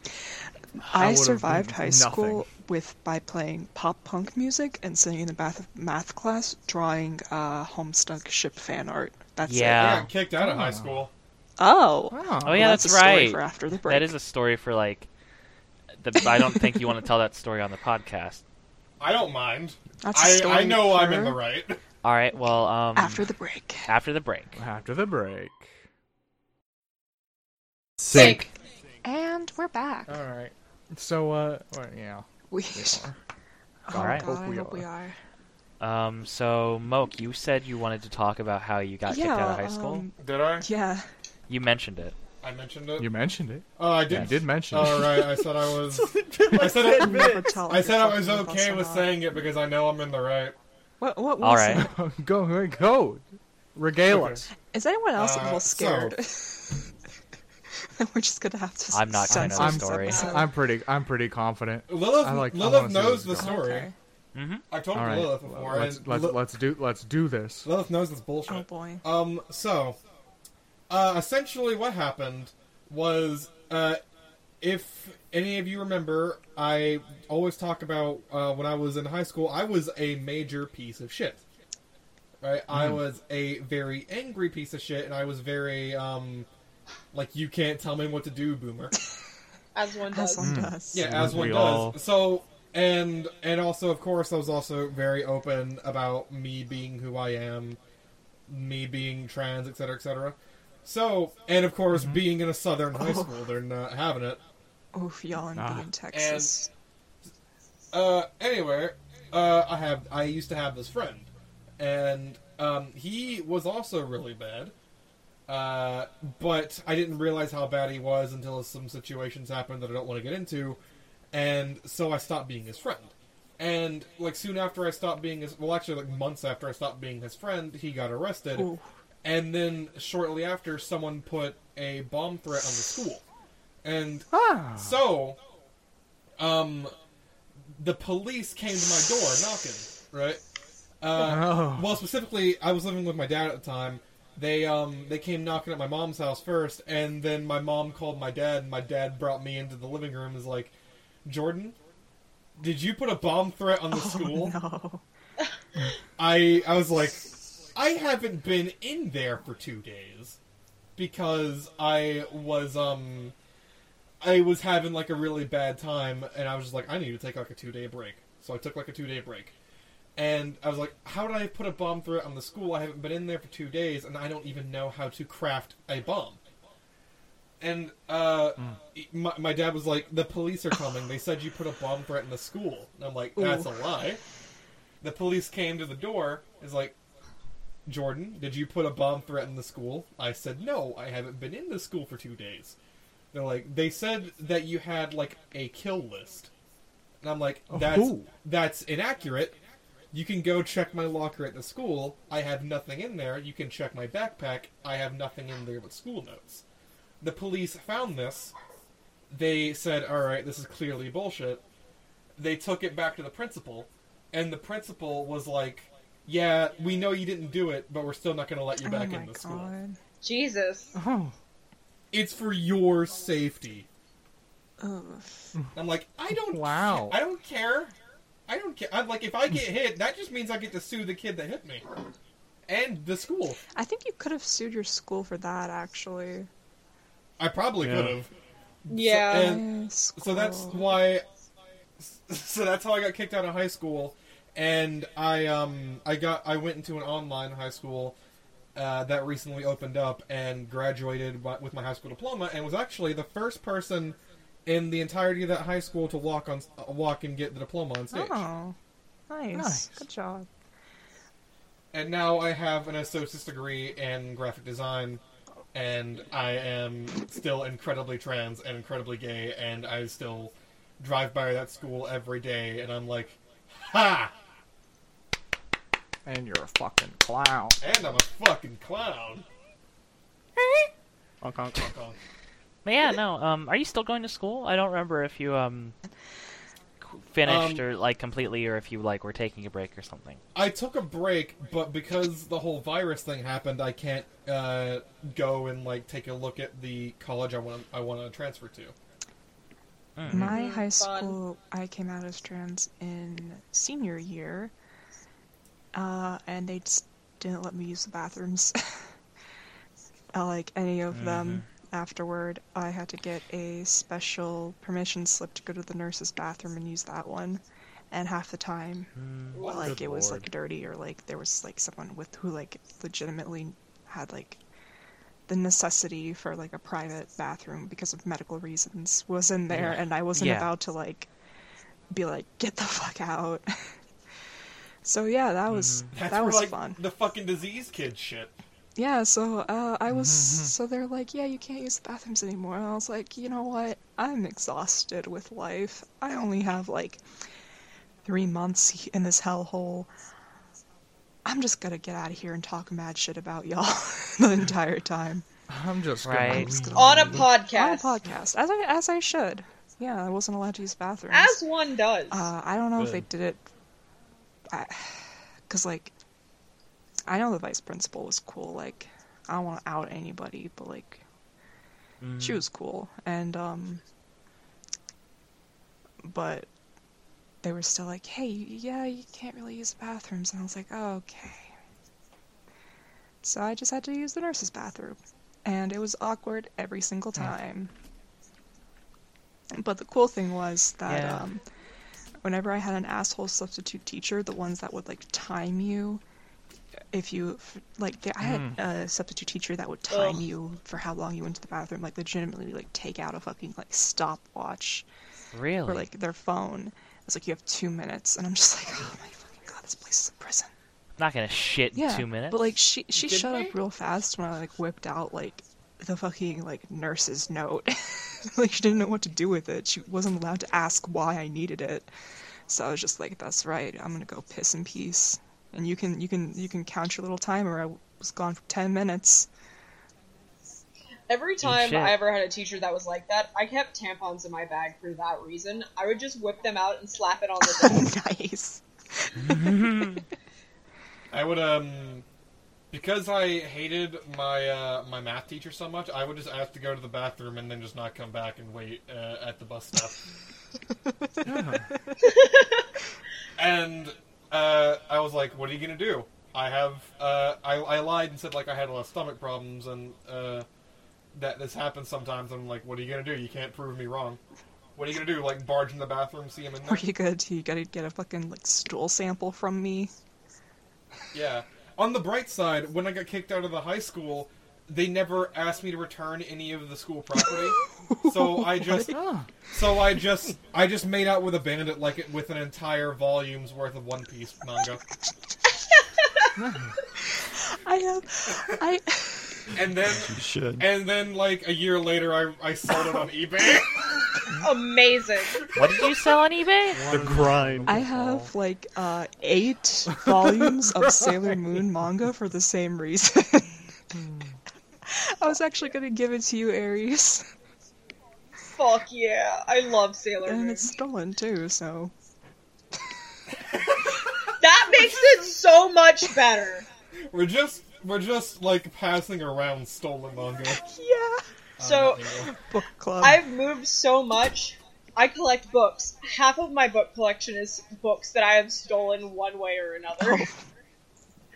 I,
would've
survived
been
high
nothing.
school with by playing pop punk music and sitting in the math math class drawing uh, Homestuck ship fan art. That's it.
I
Yeah.
got kicked out of high school.
Oh,
Oh yeah,
Well,
that's,
a story
right.
For after the break.
That is a story for like. The, I don't think you want to tell that story on the podcast.
I don't mind.
That's a
I,
story
I know I'm in
for
the right.
All right. Well, um,
After the break.
after the break.
After the break.
Sick.
And we're back.
All right. So uh, well, yeah.
we Oh,
All right.
God,
Hope
I
we
hope we
are.
are.
Um, so Moke, you said you wanted to talk about how you got
yeah.
kicked out of high school.
um,
Did I?
yeah.
You mentioned it.
I mentioned it.
You mentioned it.
Oh, I
You
did.
did mention
All
it.
right. I said I
[laughs]
was.
[laughs]
I said
I'll
I,
never tell
I
if
said
you're
I was
fucking us
okay
or
with
not.
saying it because I know I'm in the right.
What? What was
All right.
it?
[laughs] go go go. Regale us.
Is anyone else a
Uh,
little
so-
scared? [laughs] We're just gonna have to.
I'm not gonna
censor
know the
I'm,
this
story.
episode.
I'm pretty. I'm pretty confident.
Lilith,
I like- I
Lilith
wanna see
knows the
this
story.
Okay.
I told
All right.
Lilith before.
Let's
and
let's,
Li-
let's do let's do this.
Lilith knows it's
Oh
bullshit.
boy.
Um, so, uh, essentially what happened was, uh, if any of you remember, I always talk about uh, when I was in high school, I was a major piece of shit. Right? I was a very angry piece of shit, and I was very, um, like, you can't tell me what to do, boomer.
As one
As
does.
Hmm.
one does.
Uh, Yeah, as one
we
does.
all-
So and and also of course I was also very open about me being who I am, me being trans, etc., etc. So and of course
Mm-hmm.
being in a southern high
Oh.
school, they're not having it.
Oof, y'all and
Ah.
being Texas. [laughs]
Uh, anyway, uh, I have I used to have this friend, and um, he was also really bad. Uh, but I didn't realize how bad he was until some situations happened that I don't want to get into, and so I stopped being his friend. And like soon after I stopped being his, well, actually like months after I stopped being his friend, he got arrested,
Ooh.
and then shortly after, someone put a bomb threat on the school, and
Ah.
so, um, the police came to my door knocking, right? Uh,
Oh.
Well, specifically, I was living with my dad at the time. They um they came knocking at my mom's house first, and then my mom called my dad, and my dad brought me into the living room. and was like, Jordan, did you put a bomb threat on the school?
No.
I I was like, I haven't been in there for two days because I was um I was having like a really bad time, and I was just like, I need to take like a two day break. So I took like a two day break, and I was like, how did I put a bomb threat on the school? I haven't been in there for two days, and I don't even know how to craft a bomb. And uh, my, my dad was like, the police are coming. They said you put a bomb threat in the school, and I'm like, that's a lie the police came to the door is like jordan did you put a bomb threat in the school i said no i haven't been in the school for two days They're like, they said that you had like a kill list, and I'm like, that's
Ooh.
that's inaccurate. You can go check my locker at the school. I have nothing in there. You can check my backpack. I have nothing in there but school notes. The police found this. They said, all right, this is clearly bullshit. They took it back to the principal, and the principal was like, yeah, we know you didn't do it, but we're still not going to let you
Oh
back
my
in the school.
god.
Jesus.
[laughs] Oh.
It's for your safety. Hmm.
Ugh.
I'm like, I don't.
Wow.
I don't care. I don't care. I'm like, if I get hit, that just means I get to sue the kid that hit me, and the school.
I think you could have sued your school for that, actually.
I probably
Yeah.
could have.
Yeah.
eh,
And So that's
School.
why. So that's how I got kicked out of high school, and I um I got I went into an online high school. Uh, that recently opened up and graduated wi- with my high school diploma, and was actually the first person in the entirety of that high school to walk on uh, walk and get the diploma on stage.
Oh, nice.
Nice.
Good job.
and now I have an associate's degree in graphic design, and I am still incredibly trans and incredibly gay, and I still drive by that school every day, and I'm like, ha!
And you're a fucking clown.
And I'm a fucking clown.
Honk, honk.
Fuck off.
But yeah, no. Um, are you still going to school? I don't remember if you um qu- finished
Um,
or like completely, or if you like were taking a break or something.
I took a break, but because the whole virus thing happened, I can't uh, go and like take a look at the college I want I want to transfer to.
My
Mhm.
high
Fun.
school, I came out as trans in senior year, uh, and they just didn't let me use the bathrooms, [laughs] uh, like any of them. Afterward, I had to get a special permission slip to go to the nurse's bathroom and use that one. And half the time, like it was like dirty, or like there was like someone with who like legitimately had like the necessity for like a private bathroom because of medical reasons was in there and I wasn't
Yeah.
about to like be like get the fuck out. [laughs] so yeah, that was
Mm-hmm.
That's
that
where,
was
like,
fun.
The fucking disease kid shit.
Yeah, so uh, I was so they're like, yeah, you can't use the bathrooms anymore. And I was like, you know what? I'm exhausted with life. I only have like three months in this hellhole. I'm just gonna get out of here and talk mad shit about y'all [laughs] the entire time.
I'm just
Right.
gonna
On a
On a
podcast.
podcast, as I as I should. Yeah, I wasn't allowed to use bathrooms.
As one does.
Uh, I don't know if they did it, because like, I know the vice principal was cool. Like, I don't want to out anybody, but like, she was cool, and um, but they were still like, "Hey, yeah, you can't really use the bathrooms," and I was like, oh, "Okay." So I just had to use the nurse's bathroom, and it was awkward every single time. But the cool thing was that
Yeah.
um, whenever I had an asshole substitute teacher, the ones that would like time you, if you f- like, they, I had a substitute teacher that would time
Ugh.
you for how long you went to the bathroom, like legitimately, like take out a fucking like stopwatch
Really?
or like their phone. It's like you have two minutes, and I'm just like, oh my fucking god, this place is a prison.
not gonna shit in
Yeah,
two minutes.
But like she she
Did
shut
they?
up real fast when I like whipped out like the fucking like nurse's note. [laughs] like she didn't know what to do with it. She wasn't allowed to ask why I needed it. So I was just like, that's right. I'm gonna go piss in peace. And you can you can you can count your little timer. I was gone for ten minutes. [laughs]
Every time
shit.
I ever had a teacher that was like that, I kept tampons in my bag for that reason. I would just whip them out and slap it on the desk.
nice.
I would um because I hated my uh, my math teacher so much, I would just ask to go to the bathroom and then just not come back and wait uh, at the bus stop. and uh, I was like, "What are you gonna do?" I have uh, I I lied and said like I had a lot of stomach problems and uh, that this happens sometimes. I'm like, "What are you gonna do? You can't prove me wrong." What are you gonna do? Like barge in the bathroom, see him in
Or
there?
you gotta you gotta get a fucking like stool sample from me.
Yeah. On the bright side, when I got kicked out of the high school, they never asked me to return any of the school property. so I just
Oh.
so I just I just made out with a bandit like it with an entire volume's worth of One Piece manga.
I have I
and then
You should.
and then like a year later, I I sold it on eBay.
Amazing.
What did you sell on eBay?
[laughs]
The grind.
I have like uh, eight volumes of
[laughs]
Sailor Moon manga for the same reason.
Hmm.
[laughs] I was actually gonna give it to you, Aries,
Fuck yeah. I love Sailor
and
Moon.
it's stolen too. So
That makes it so much better.
we're just we're just like passing around stolen manga.
yeah,
So
book club.
I've moved so much. I collect books. Half of my book collection is books that I have stolen one way or another.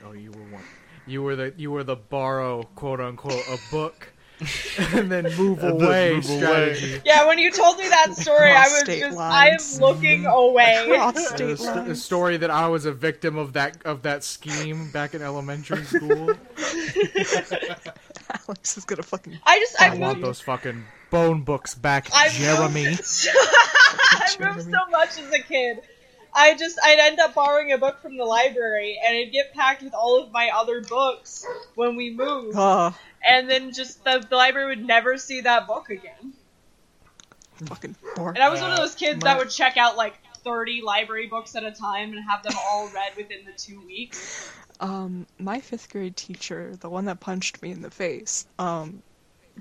Oh, you were one. You were the you were the borrow quote unquote a book, [laughs] and then move
And then
away
move away.
strategy.
Yeah, when you told me that story, I was
Cross-state
just
lines.
I am looking away.
Cross
The
state
st- the
lines.
story that I was a victim of that of that scheme back in elementary school.
[laughs] Alex is gonna fucking.
I just
I
I
want
moved
those fucking bone books back,
[laughs] I moved-
[laughs] Jeremy.
so, I moved so much as a kid. I just I'd end up borrowing a book from the library and it'd get packed with all of my other books when we moved.
Ah,
And then just the, the library would never see that book again.
fucking boring.
And I was one of those kids that
my-
would check out like 30 library books at a time and have them all read within the two weeks.
Um, my fifth grade teacher, the one that punched me in the face, um,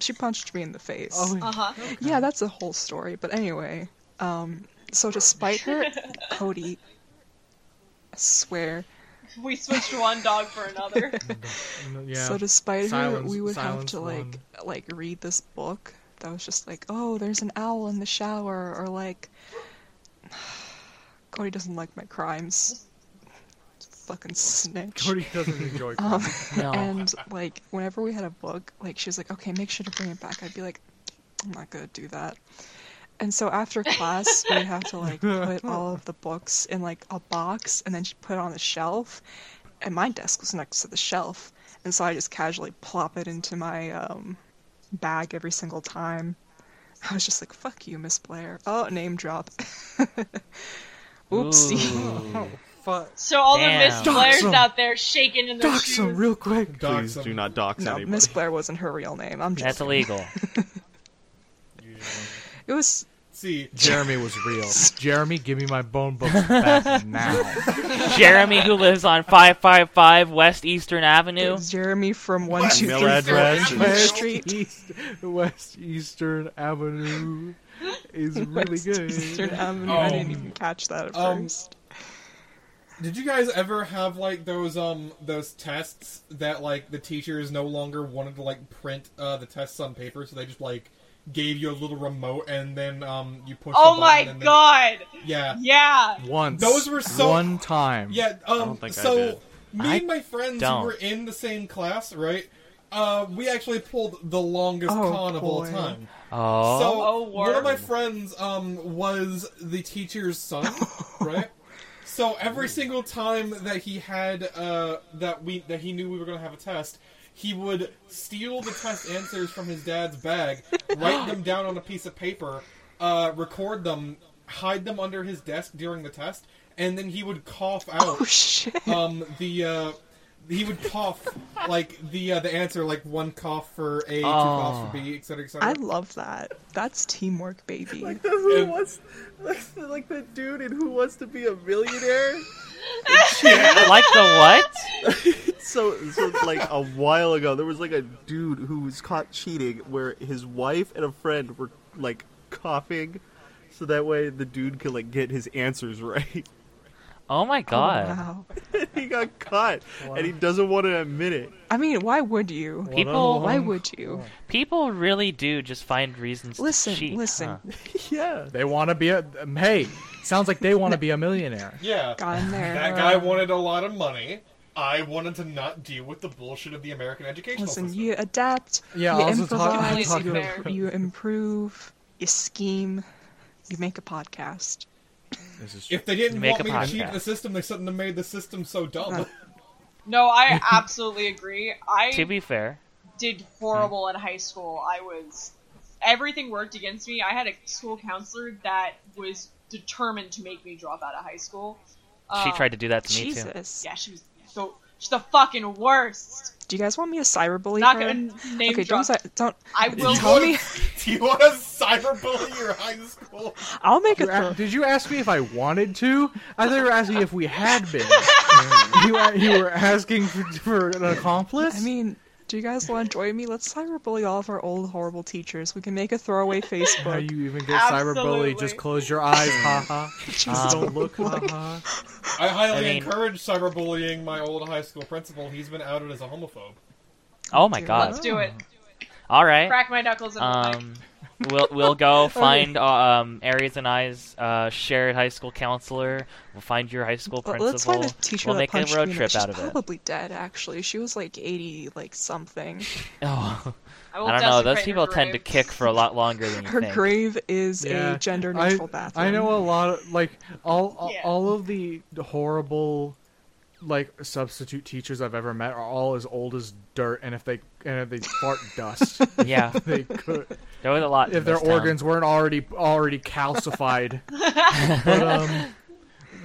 she punched me in the face.
Oh,
Uh huh.
Yeah, that's a whole story. But anyway, um, so to spite her, Cody, I swear.
We switched one dog for another.
yeah.
So to spite her,
Silence-
we would have
silence
to like
one.
like read this book that was just like, oh, there's an owl in the shower, or like, [sighs] Cody doesn't like my crimes. Fucking snitch.
Cody doesn't enjoy.
Um, [laughs]
No.
and like whenever we had a book, like she was like, "Okay, make sure to bring it back." I'd be like, "I'm not gonna do that." And so after class, we'd have to like put all of the books in like a box, and then she put it on the shelf. And my desk was next to the shelf, and so I just casually plop it into my um, bag every single time. I was just like, "Fuck you, Miss Blair." Oh, name drop. [laughs] Oopsie.
Ooh.
fuck.
So all
Damn.
the Miss Blairs
Doxum.
out there shaking in their
Dox him
shoes.
real quick.
Please
Dox
do
him.
not dox
[laughs] No,
anybody.
Miss Blair wasn't her real name. I'm just.
That's illegal.
It was
See,
[laughs] Jeremy was [laughs] real. Jeremy, give me my bone books back [laughs] now.
Jeremy, who lives on 555 West Eastern Avenue.
It's Jeremy from one two
Email
three
address
Fourth
and-
Street.
East, [laughs] West Eastern Avenue [laughs] is really
[laughs] West
good. Oh.
Eastern Avenue. I didn't
Um,
even catch that at
um,
first. [laughs]
Did you guys ever have like those um those tests that like the teachers no longer wanted to like print uh, the tests on paper, so they just like gave you a little remote and then um you push.
Oh
the button
my
and then-
god!
yeah,
Yeah.
Once.
Those were so-
One time.
yeah. Um,
don't think I
so
did.
me
I
and my friends
don't.
who were in the same class, right? Uh, we actually pulled the longest
Oh,
con of all
boy.
time.
Oh.
So
Oh,
one of
word.
my friends um was the teacher's son, right? So every single time that he had uh that we that he knew we were gonna have a test, he would steal the test answers from his dad's bag, write them down on a piece of paper, uh, record them, hide them under his desk during the test, and then he would cough out
Oh shit!
um the uh he would cough like the uh, the answer like one cough for A, two coughs for B, etc. etc.
I love that. That's teamwork, baby.
who
And-
wants, like, like that dude in Who Wants to Be a Millionaire?
Like the what?
So, so like a while ago, there was like a dude who was caught cheating, where his wife and a friend were like coughing, so that way the dude could like get his answers [laughs] right.
Oh my [laughs]
Oh,
god.
wow.
he got caught, and he doesn't want to admit it.
I mean, why would you?
People-
Why would you?
People really do just find reasons
Listen,
to cheat.
listen.
huh?
Yeah.
They want to be a. Um, hey, sounds like they want to be a millionaire.
Yeah.
Got in there. Um,
That guy wanted a lot of money. I wanted to not deal with the bullshit of the American educational
Listen,
system.
you adapt.
Yeah,
you
I was just talking-
improvise.
talking
you,
about-
you improve. You scheme. You make a podcast.
This is
If they didn't
Make
want
a
me to cheat
podcast.
the system, they shouldn't have made the system so
Uh,
[laughs] dumb.
[laughs]
No, I absolutely agree. I
To be fair,
did horrible in high school. I was everything worked against me. I had a school counselor that was determined to make me drop out of high school.
she
Um,
tried to do that to me too.
Jesus.
Yeah, she was so She's the fucking worst.
Do you guys want me to cyberbully
Not
her?
gonna name
okay, don't
drop.
cy- don't.
I will.
[laughs] tell me.
[laughs] Do you want to cyberbully your high school?
I'll make
You
it.
a-
through.
Did you ask me if I wanted to? I thought you were asking if we had been. you, a- you were asking for, for an accomplice?
I mean, do you guys want to join me? Let's cyberbully all of our old horrible teachers. We can make a
[laughs]
throwaway
how
Facebook.
you even get cyberbully? Just
Absolutely.
close your eyes,
[laughs]
haha. Uh,
Just
don't look, haha.
I highly
I mean-
encourage cyberbullying my old high school principal. He's been outed as a homophobe.
Oh my
Dude,
[laughs] Let's
god.
do it.
All right.
Crack my knuckles and
Um, we'll we'll
[laughs]
go find uh, um Aries and I's uh, shared high school counselor. We'll find your high school
Well,
principal.
let's find a teacher
we'll
that
make a
punched me
road
in the-
trip
She's
out
[laughs]
of it.
probably dead, actually. She was like 80, like something.
Oh,
I, will
I don't know. Those
desecrate
people
her
tend to
grave.
kick for a lot longer than you
Her
think.
grave is
Yeah,
a gender
I,
neutral bathroom.
I know a lot of like all all,
Yeah.
all of the horrible like substitute teachers I've ever met are all as old as dirt, and if they and if they fart dust, [laughs]
[laughs]
Yeah,
they could
there was a lot. in
if their
this town.
organs weren't already already calcified. [laughs] but, um,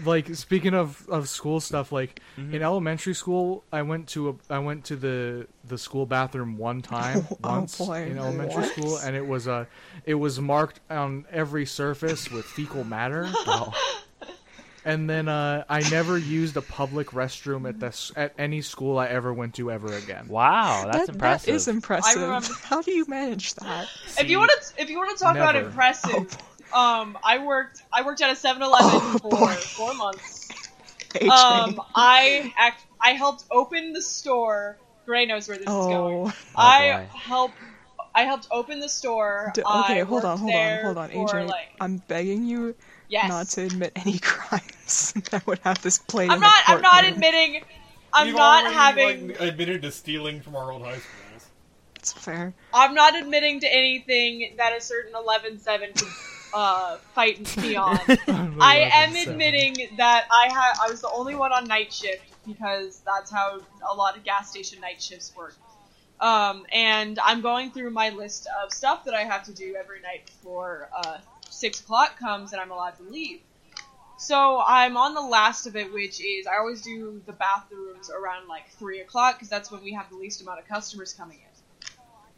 like speaking of, of school stuff, like in elementary school, I went to a I went to the the school bathroom one time
Oh,
once
boy.
in elementary
What?
school, and it was uh, it was marked on every surface with fecal matter. And then uh, I never used a public restroom at this at any school I ever went to ever again.
Wow, that's
That-
impressive.
That is impressive.
remember-
How do you manage
[laughs]
that?
If you
See,
want to, if you want to talk about
[laughs]
Never.
impressive, um, I worked, I worked at a 7-Eleven
Oh,
for
[laughs]
four months.
AJ.
Um, I act, I helped open the store. Gray knows where this is going.
oh,
I
boy.
helped, I helped open the store.
D-
I
okay. Hold on,
worked
hold on,
there
hold on,
for,
AJ.
like-
I'm begging you
yes.
not to admit any [laughs] crimes that would have this played.
I'm
in the
not. I'm not
courtroom.
admitting. I'm
You've
not
already,
having.
like, admitted to stealing from our old high
[laughs]
schools.
It's fair.
I'm not admitting to anything that a certain 11-7 could uh, fight me on.
[laughs]
I am admitting that I ha- I was the only one on night shift because that's how a lot of gas station night shifts work. Um, and I'm going through my list of stuff that I have to do every night before uh, six o'clock comes and I'm allowed to leave. So I'm on the last of it, which is I always do the bathrooms around like three o'clock because that's when we have the least amount of customers coming in.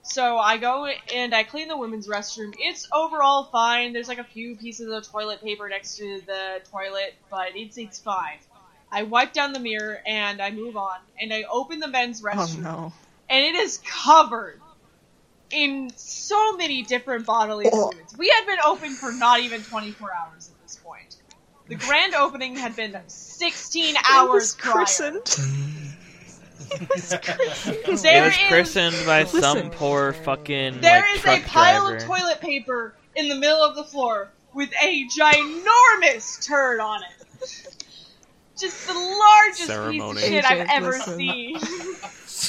So I go and I clean the women's restroom. It's overall fine. There's like a few pieces of toilet paper next to the toilet, but it's it's fine. I wipe down the mirror and I move on. And I open the men's
Oh
restroom
no.
and it is covered in so many different bodily
Oh.
fluids. We had been open for not even 24 hours at this point. The grand opening had been 16
it
hours
was
prior.
christened.
It
There
was
is-
christened by some
Listen.
poor fucking
There
like,
is
truck
a pile
driver.
of toilet paper in the middle of the floor with a ginormous turd on it. Just the largest
Ceremony.
piece of shit I've
Agent,
ever
listen.
seen.
[laughs]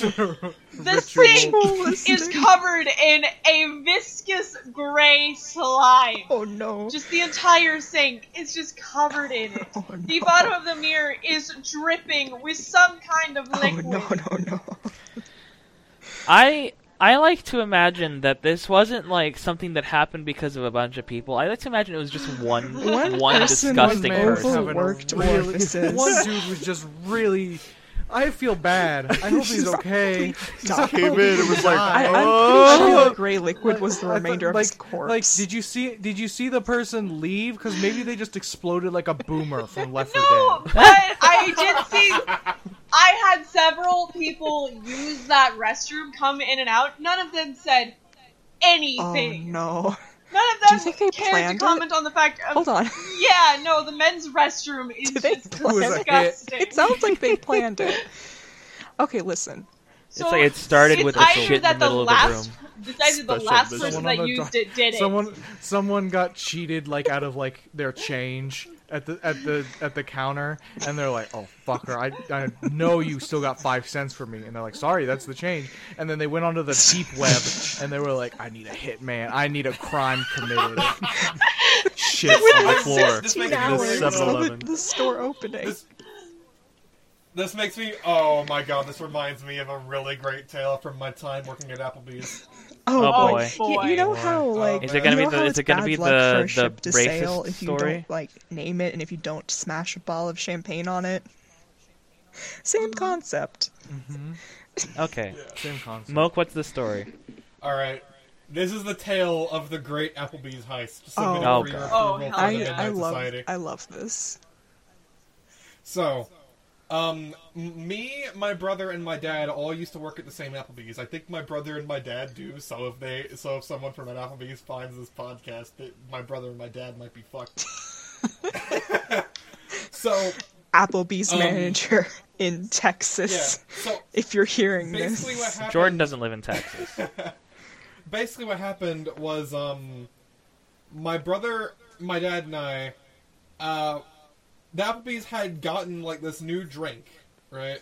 the
[laughs] the
sink is
Listen.
covered in a viscous gray slime.
Oh no.
Just the entire sink is just covered in it.
Oh, no.
The bottom of the mirror is dripping with some kind of
Oh
liquid.
no no no.
I I like to imagine that this wasn't like something that happened because of a bunch of people. I like to imagine it was just one
One
one
person, one
disgusting
man.
person.
Overworked orifices.
One dude was just really. I feel bad. I hope he's okay. [laughs]
Stop.
Came in and was like,
[laughs]
I, I'm
"Oh."
pretty sure the gray liquid was the
I thought-
remainder of
like,
his corpse.
Like, did you see? Did you see the person leave? Because maybe they just exploded like a boomer from Left 4
[laughs] No,
Dead.
but I did see. I had several people use that restroom, come in and out. None of them said
oh
anything.
no.
None of
Do you
them
think they
cared to
planned it?
comment on the fact. Of,
[laughs] Hold on. [laughs]
Yeah, no, the men's restroom is
Did they
just
plan it?
disgusting.
It sounds like they planned it.
[laughs]
Okay, listen.
It's like it started
it's
with a
either
shit in the
that
middle of the
last,
room.
It's either the
Special
last
edition.
person
Someone
that
on the
used
door-
it did it.
Someone, someone got cheated like out of like their change at the at the at the counter, and they're like, "Oh fucker, I I know you still got five cents for me," and they're like, "Sorry, that's the change." And then they went onto the deep web, and they were like, "I need a hitman. I need a crime committed."
shit on the floor.
16
This
hours of
7-Eleven.
the, the store opening.
This- This makes me. Oh my god! This reminds me of a really great tale from my time working at Applebee's.
Oh,
Oh,
boy. Oh,
boy.
You- You, know how like
Is it gonna
you
be
know
the-
how
is
it's
it gonna
bad
be
luck
the-
for a
the
ship to
racist
sail if you
story?
don't like name it and if you don't smash a ball of champagne on it? Same concept.
Okay.
Same concept.
Moke, what's the story?
All right. This is the tale of the great Applebee's heist. submitted
Oh.
for your
Oh,
approval for
God.
the
I,
Midnight
I love
Society.
I love this.
So, um, m- me, my brother, and my dad all used to work at the same Applebee's. I think my brother and my dad do. So if they, so if someone from an Applebee's finds this podcast, that my brother and my dad might be
[laughs]
fucked. [laughs] so
Applebee's
Um,
manager [laughs] in
yeah,
Texas.
so
If you're hearing
basically what
this,
happened.
Jordan doesn't live in Texas.
[laughs] basically what happened was um my brother my dad and i uh the applebee's had gotten like this new drink right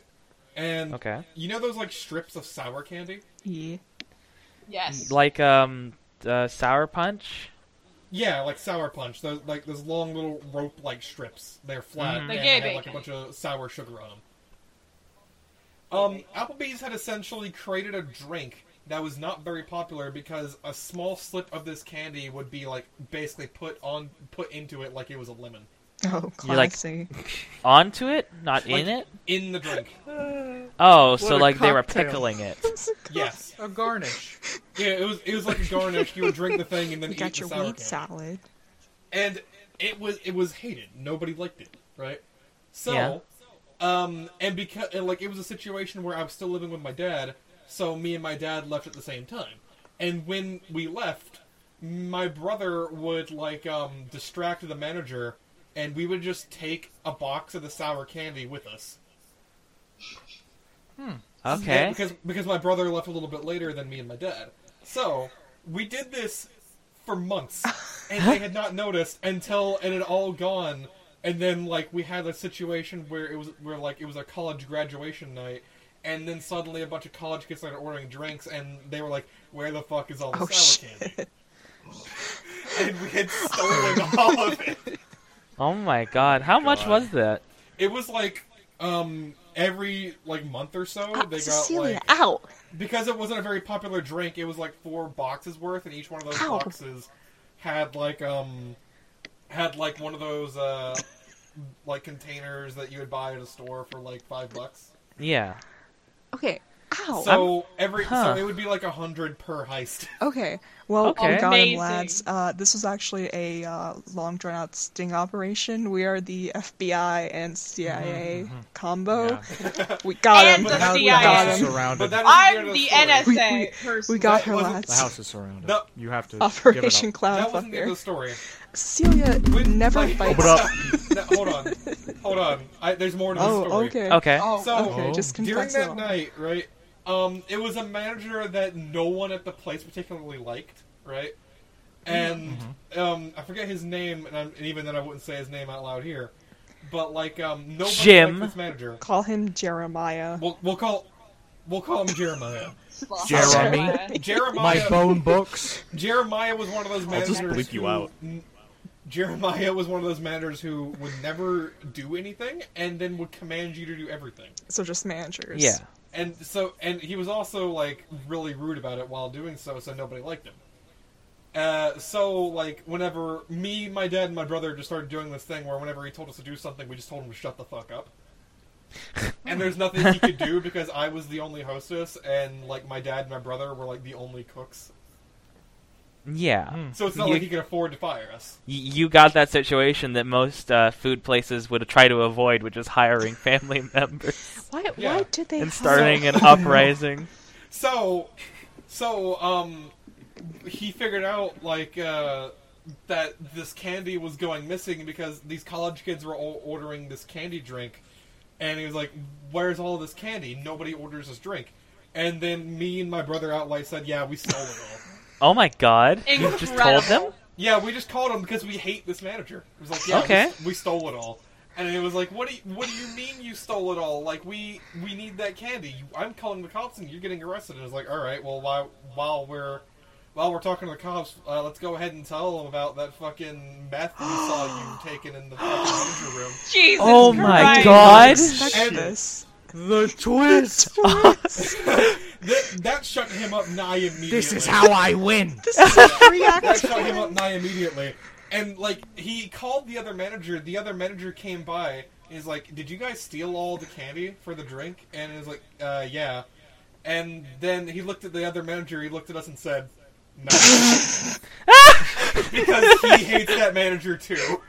and
Okay.
you know those like strips of sour candy
Yeah.
Yes.
Like um, uh, sour punch.
yeah like sour punch those like those long little rope like strips they're flat
Mhm.
and
Like
they
gay
had like a
bacon.
bunch of sour sugar on them um applebee's had essentially created a drink that was not very popular because a small slip of this candy would be like basically put on put into it like it was a lemon
oh,
You're like-
classy.
Onto it, not
Like-
in it.
in the drink.
Oh, so
a
like they were
cocktail.
pickling it.
Yes.
A garnish.
Yeah, it was it was like a garnish. You would drink the thing and
[laughs]
then
you
eat
got
the
your
sour
weed
candy.
salad.
And it was it was hated. Nobody liked it, right? So,
Yeah.
um, and because and like it was a situation where I was still living with my dad, so me and my dad left at the same time. And when we left, my brother would like um distract the manager, and we would just take a box of the sour candy with us. Yeah,
Okay.
because because my brother left a little bit later than me and my dad. So we did this
[laughs]
for months, and they had not noticed until it had all gone. And then like we had a situation where it was where like it was a college graduation night, and then suddenly a bunch of college kids started ordering drinks, and they were like, "Where the fuck is all the
Oh
sour
shit.
candy?" [laughs] And we had stolen all of it.
Oh my God, how much was that?
It was like um every like month or so
Ah,
they got
Cecilia,
like
ow!
because it wasn't a very popular drink, it was like four boxes worth, and each one of those
Ow.
boxes had like um had like one of those uh like containers that you would buy at a store for like five bucks.
Yeah.
Okay, ow!
so every
Huh.
so it would be like a hundred per
[laughs]
heist.
Okay. Well, we
Okay.
got him,
Amazing.
lads. Uh, this was actually a uh, long, drawn-out sting operation. We are the FBI and CIA combo.
Yeah.
We got him.
And the
we
CIA.
got
House
him.
is surrounded.
But that
I'm
isn't
the
end of story.
NSA
We- we-
person.
We got her,
That wasn't-
The
lads.
house is surrounded.
No.
You have to
Operation
give
That wasn't the
Cloudfucker.
end of the story.
Celia
Wait,
never
wait.
fights.
Open up.
No, [laughs] hold on, hold on. I, there's more to the story.
Oh, okay.
Okay.
Oh,
So-
okay. Just
During
confess it
that
all.
night, right? Um, it was a manager that no one at the place particularly liked, right? And
Mm-hmm.
um, I forget his name, and, I'm, and even then I wouldn't say his name out loud here. But like, um, nobody
Jim.
liked this manager.
Call him Jeremiah.
We'll, we'll call we'll call him
[laughs]
Jeremiah.
Well, [laughs]
Jeremy.
Jeremiah.
up my
Jeremiah
phone books.
Jeremiah was one of those
I'll
managers.
just bleep you
who-
out.
Jeremiah was one of those managers who would never do anything, and then would command you to do everything.
So just managers.
Yeah.
And so, and he was also like really rude about it while doing so, so nobody liked him. Uh, so like, whenever me, my dad, and my brother just started doing this thing where whenever he told us to do something, we just told him to shut the fuck up. and there's nothing he could do because I was the only hostess, and like my dad and my brother were like the only cooks.
Yeah.
Hmm.
So it's not
You-
like he could afford to fire us.
Y- you got that situation that most uh, food places would try to avoid, which
[laughs]
is hiring family members
Why?
Yeah.
Why did they?
and
have-
starting [laughs] an uprising.
So, so um, he figured out like uh, that this candy was going missing because these college kids were all ordering this candy drink, and he was like, "Where's all this candy? Nobody orders this drink." And then me and my brother outright said, "Yeah, we stole it all."
Oh my god. You just told them?
Incredible.
yeah, we just called him because we hate this manager. It was like, "Yeah, we-
Okay.
we, stole it all." And it was like, "What do you, what do you mean you stole it all? Like we we need that candy. You, I'm calling the cops and you're getting arrested." And it was like, "All right, well while while we're while we're talking to the cops, uh, let's go ahead and tell them about that fucking meth we saw
[gasps]
you taking in the fucking manager room."
Jesus
Oh my
Christ.
god.
Expect
Shit.
this.
The
[laughs]
twist.
That, that shut him up nigh immediately.
this is how I win.
This is a [laughs] free
that
act.
shut him up nigh immediately. And like he called the other manager. The other manager came by. He's like, "Did you guys steal all the candy for the drink?" And he's like, uh, "Yeah." And then he looked at the other manager. He looked at us and said, "No," because he hates that manager too.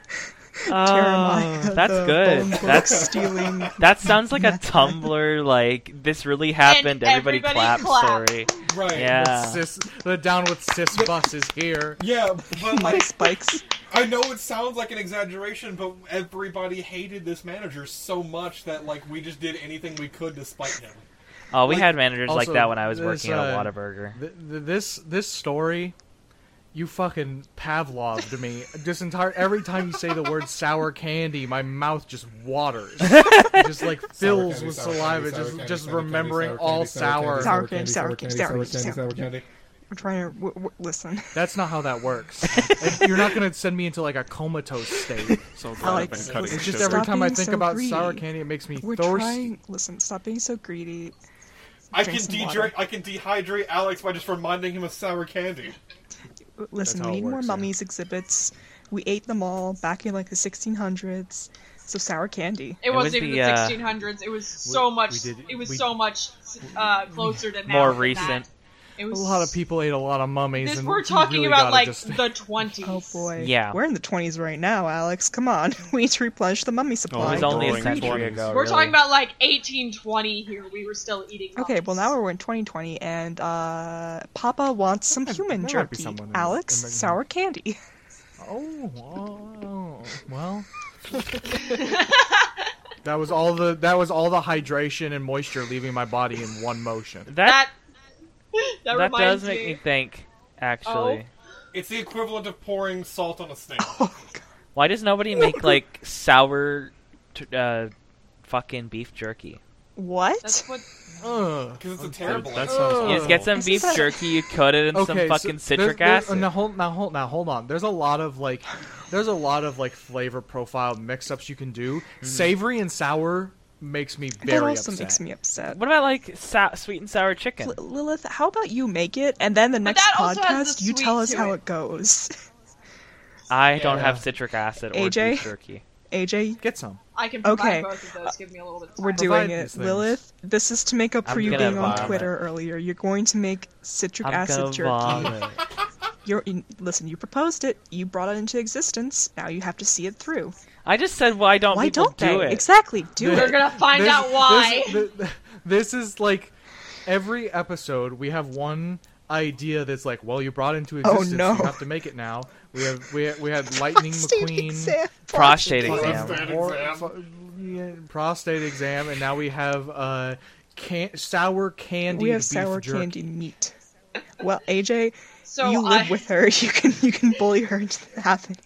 Jeremiah,
Oh, that's
[laughs] the
good.
Oh
bone clerk
That's
[laughs] stealing.
that sounds like a Tumblr like this really happened.
And
everybody,
everybody
clap,
clap.
story.
Right.
Yeah.
Sis, the down with cis bus is here.
Yeah, but
My
like,
spikes.
I know it sounds like an exaggeration, but everybody hated this manager so much that like we just did anything we could to spite him.
Oh, we
Like,
had managers like
also,
that when I was
there's,
working at
uh,
a Whataburger.
Th- th- this this story, you fucking Pavloved me. This entire every time you say the word sour candy, my mouth just waters, It just like fills
candy,
with
sour
saliva,
candy, sour
just
candy,
just
sour candy,
remembering
sour
all
candy, sour
sour.
candy,
Sour candy, sour candy, sour
candy,
candy,
sour
sour
candy.
I'm trying to w- w- listen.
That's not how that works. Like, you're not gonna send me into like a comatose state.
[laughs]
So glad I've
Alex,
been cutting
listen,
It's just
sugar.
every
Stop
time I
being
think
so
about
greedy.
sour candy, it makes me
We're
thirsty.
trying. Listen, stop being so greedy.
I
Drink
can
some water.
dehydrate. I can dehydrate Alex by just reminding him of sour candy.
Listen, we
how it
need more
works, yeah.
mummies exhibits. We ate them all back in like the 1600s. So sour candy.
It
was
wasn't even
the,
the
uh,
1600s. It was so
we
much.
did-
it was
we-
so much uh, closer to now.
More
than
recent.
That. It
A
was
lot of people ate a lot of mummies.
This
and
we're
you
talking
really
about
gotta
like
[laughs] just-
the 20s.
Oh boy.
Yeah.
We're in the 20s right now, Alex. Come on. [laughs] We need to replenish the mummy
It
supply.
was
Oh,
only a
boring.
century
Twenties.
ago.
We're
really.
talking about like 1820 here. We were still eating.
Okay, well
mummies.
now we're in 2020, and uh, Papa wants some human
there might
jerky.
be someone in-
Alex,
in the-
sour candy. [laughs]
Oh, oh, well. [laughs] that was all the that was all the hydration and moisture leaving my body in one motion.
[laughs]
that.
that. That,
That
reminds
does make
me.
me think. Actually,
Oh.
It's the equivalent of pouring salt on a snake.
why does nobody
[laughs]
make like sour, t- uh, fucking beef jerky?
What? [laughs]
That's what.
Ugh.
Because it's a terrible.
That
idea. [laughs]
sounds
Ugh.
You just get some
Oh. This is
beef
a-
jerky, you coat it in some
Okay, so
fucking
there's-
citric
there's-
acid.
Now hold, now hold, now hold on. There's a lot of like, there's a lot of like flavor profile mix-ups you can do.
Mm-hmm.
Savory and sour makes me very
that also
upset.
makes me upset.
What about like sa- sweet and sour chicken?
L- Lilith, how about you make it, and then the next
that also has
podcast
the
you tell
sweet
us
to
how
it.
it goes. [laughs]
I don't have citric acid or
AJ?
beef jerky.
AJ,
Get some.
I can provide
Okay.
both of those. Give me a little bit of time.
we're doing
these
it.
things.
Lilith, this is to make up
I'm
for you
gonna
being on
vomit.
Twitter earlier. You're going to make citric
I'm
acid
gonna
jerky.
vomit.
You're in, listen. You proposed it. You brought it into existence. Now you have to see it through.
I just said why don't
Why
people
don't they?
do it?
Exactly. Do
They're
it.
We're
[laughs]
gonna find
There's-
out why.
there's- th- th- This is like every episode we have one idea that's like, well, you brought into existence,
Oh, no.
you have to make it now. We have we we
[laughs]
had Lightning McQueen,
Prostate
we
exam.
have hor- fu- yeah, prostate exam, and now we have uh, can- sour candy.
We have
beef
sour
jerky.
candy
[laughs]
meat. Well, AJ,
so
you live
I,
with her. [laughs] You can you can bully her into happening.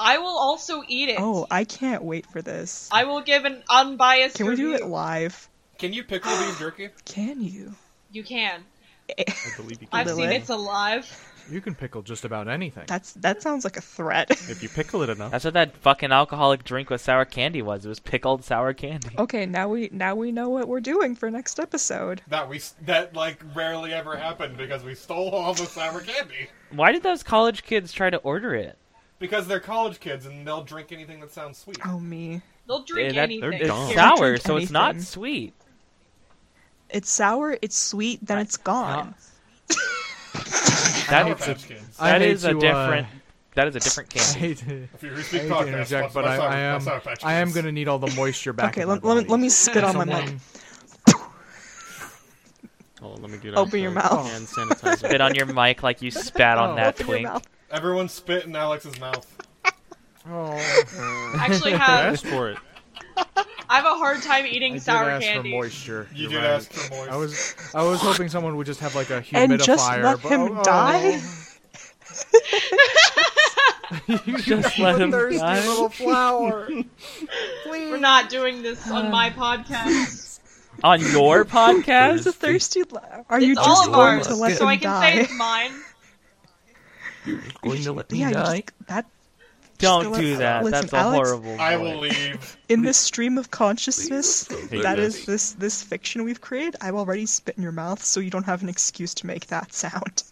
I will also eat it.
Oh, I can't wait for this.
I will give an unbiased.
Can we do it
review.
live?
Can you pickle beef jerky?
Can you?
You can.
I believe you
I've
can.
seen
Lilith?
it's alive.
You can pickle just about anything.
That's that sounds like a threat. [laughs]
If you pickle it enough,
That's what that fucking alcoholic drink with sour candy was. It was pickled sour candy.
Okay, now we now we know what we're doing for next episode.
That we that like rarely ever happened because we stole all the sour candy
Why did those college kids try to order it?
because they're college kids and they'll drink anything that sounds sweet.
Oh me,
They'll drink
Yeah, that-
anything.
they're
It's
Don't.
sour,
Don't drink
so it's not
anything.
sweet.
it's sour, it's sweet, then it's gone.
Sour
That,
Patch kids.
I
that
hate
is a
to, uh,
different. That is a different
[laughs] I
candy.
hate to,
If you
I
speak
hate
podcast,
to interject,
what's
but
my
I,
sour,
I
what's Sour
am
Patch
I am
Kids?
going to need all the moisture back.
Okay,
in
let,
my
let, me,
body.
let me spit on my mic.
[laughs] Someone-
oh, let me get
Open
out the
your [laughs] mouth.
hand sanitizer.
Spit on your mic like you spat on
Oh.
that
Open your
twink. [laughs]
mouth.
Everyone spit in Alex's mouth.
Oh.
Actually,
I
[laughs]
have
asked for it.
I have a hard time
I
eating
did
sour
ask
candy.
for moisture.
You
You're
did
right.
ask for moist.
I was I was hoping someone would just have like a
[laughs]
humidifier.
And just let
but-
him
oh,
die?
oh. you
Just let him
thirsty
die.
little flower.
We're not doing this
Uh,
on my podcast.
On your podcast?
It's a thirsty laugh. Are you
It's all
just
of
going
ours,
to let
so
him
I can
die?
say
[laughs]
it's mine.
Going to let me
yeah, you
die.
just- that
Don't
Just
do
let-
that.
listen,
That's a
Alex-
horrible.
I
voice.
will leave.
in this stream of consciousness
Hey,
that
guys.
is this this fiction we've created i've already spit in your mouth so you don't have an excuse to make that sound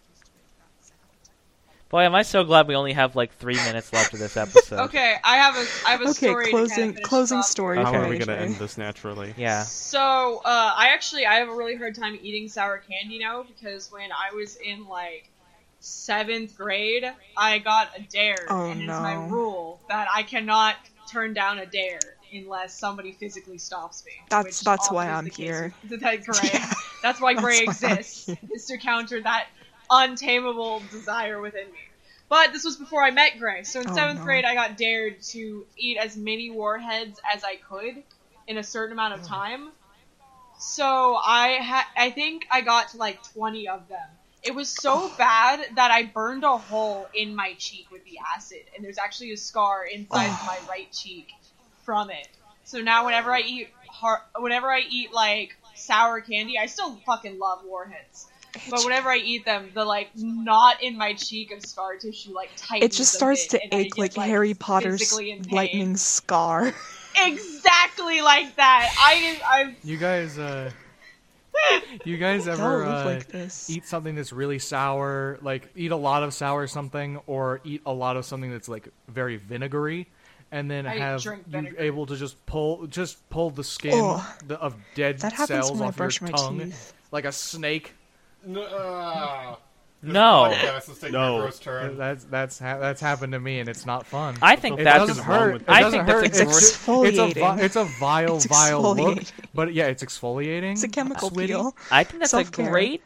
Boy, am I so glad we only have like three minutes left of this episode.
Okay, I have a I have a
Okay,
story. to kinda
closing
finish this
closing
off.
story.
How
for
are we
AJ.
going to end this naturally?
Yeah.
So uh, I actually I have a really hard time eating sour candy now because when I was in like seventh grade, I got a dare,
Oh,
and it's my
no.
rule that I cannot turn down a dare unless somebody physically stops me.
That's-
which
that's why
often is
I'm
the case
here.
with-
[laughs]
That's Gray.
Yeah.
That's why Gray
That's why I'm
exists is to counter that untamable desire within me. But this was before I met Gray, so in
Oh,
seventh
no.
grade I got dared to eat as many warheads as I could in a certain amount
Oh.
of time. So I ha- I think I got to like 20 of them. It was
Oh.
so bad that I burned a hole in my cheek with the acid, and there's actually a scar inside
Oh.
my right cheek from it. So now whenever I eat har- whenever I eat like sour candy, I still fucking love warheads. But whenever I eat them, the like knot in my cheek of scar tissue like tightens.
It just
a
starts
bit,
to
and I
ache
get,
like Harry Potter's
physically in pain.
lightning
[laughs]
scar.
Exactly like that. I I
You guys, uh, you guys
That'll
ever
look
uh,
like this.
eat something that's really sour, like eat a lot of sour something, or eat a lot of something that's like very vinegary, and then
I
have
drink
you
vinegar.
able to just pull just pull the skin
Ugh.
the, of dead
That happens
cells
when I
off
brush my
your tongue
teeth.
like a snake.
No. Uh,
No.
Podcast is taking
No.
a gross turn.
That's that's ha- that's happened to me, and it's not fun.
I think
It
that's
doesn't
wrong
hurt.
with
It
that?
I
doesn't
think that's
hurt.
exfoli-
It's, a
exfoliating.
vi- it's a vile,
It's
vile look.
exfoliating.
But yeah, it's exfoliating.
It's a chemical
sweetie.
peel.
I think that's
Self-care.
a great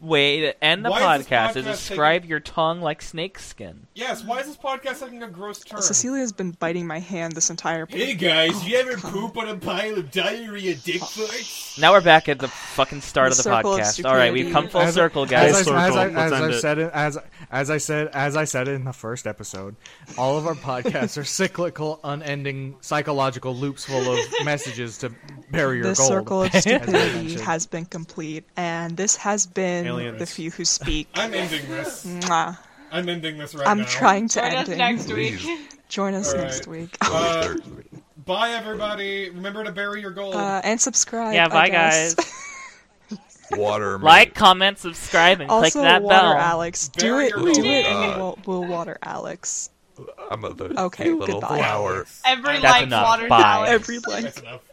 way to end the
Why is this
podcast. To
podcast
describe your tongue like snakeskin.
Yes, why is this podcast taking a gross turn?
Cecilia's been biting my hand this entire.
Hey guys, you ever poop on a pile of diarrhea dick farts?
Now we're back at the fucking start
The
of the
circle of
podcast. All right,
stupidity.
we've come full
As I-
circle,
As,
guys.
Full
I, as, I,
circle.
as
Let's end
I
it.
said it, as as I said, as I said it in the first episode, all of our podcasts are cyclical, unending, psychological loops full of messages to bury your
This
gold.
circle
[laughs]
of
as I
stupidity
mentioned.
has been complete, and this has been
Aliens.
the few who
[laughs]
speak.
I'm ending this.
Mwah.
I'm ending this right now.
I'm trying to
join us
end it.
next week.
Join us
All
next
right.
week.
Uh, bye everybody. Remember to bury your gold.
Uh, and subscribe.
Yeah,
I
bye,
guess.
[laughs] guys.
Water.
Like, comment, subscribe, and
also,
click that
water
bell.
Alex. Do
Bury
it.
your
Do
gold.
it. and
Uh,
we'll, we'll water Alex.
I'm a
Okay,
little
goodbye.
flower.
Every
That's
like
enough.
water
Bye.
tower.
Every like.
That's enough.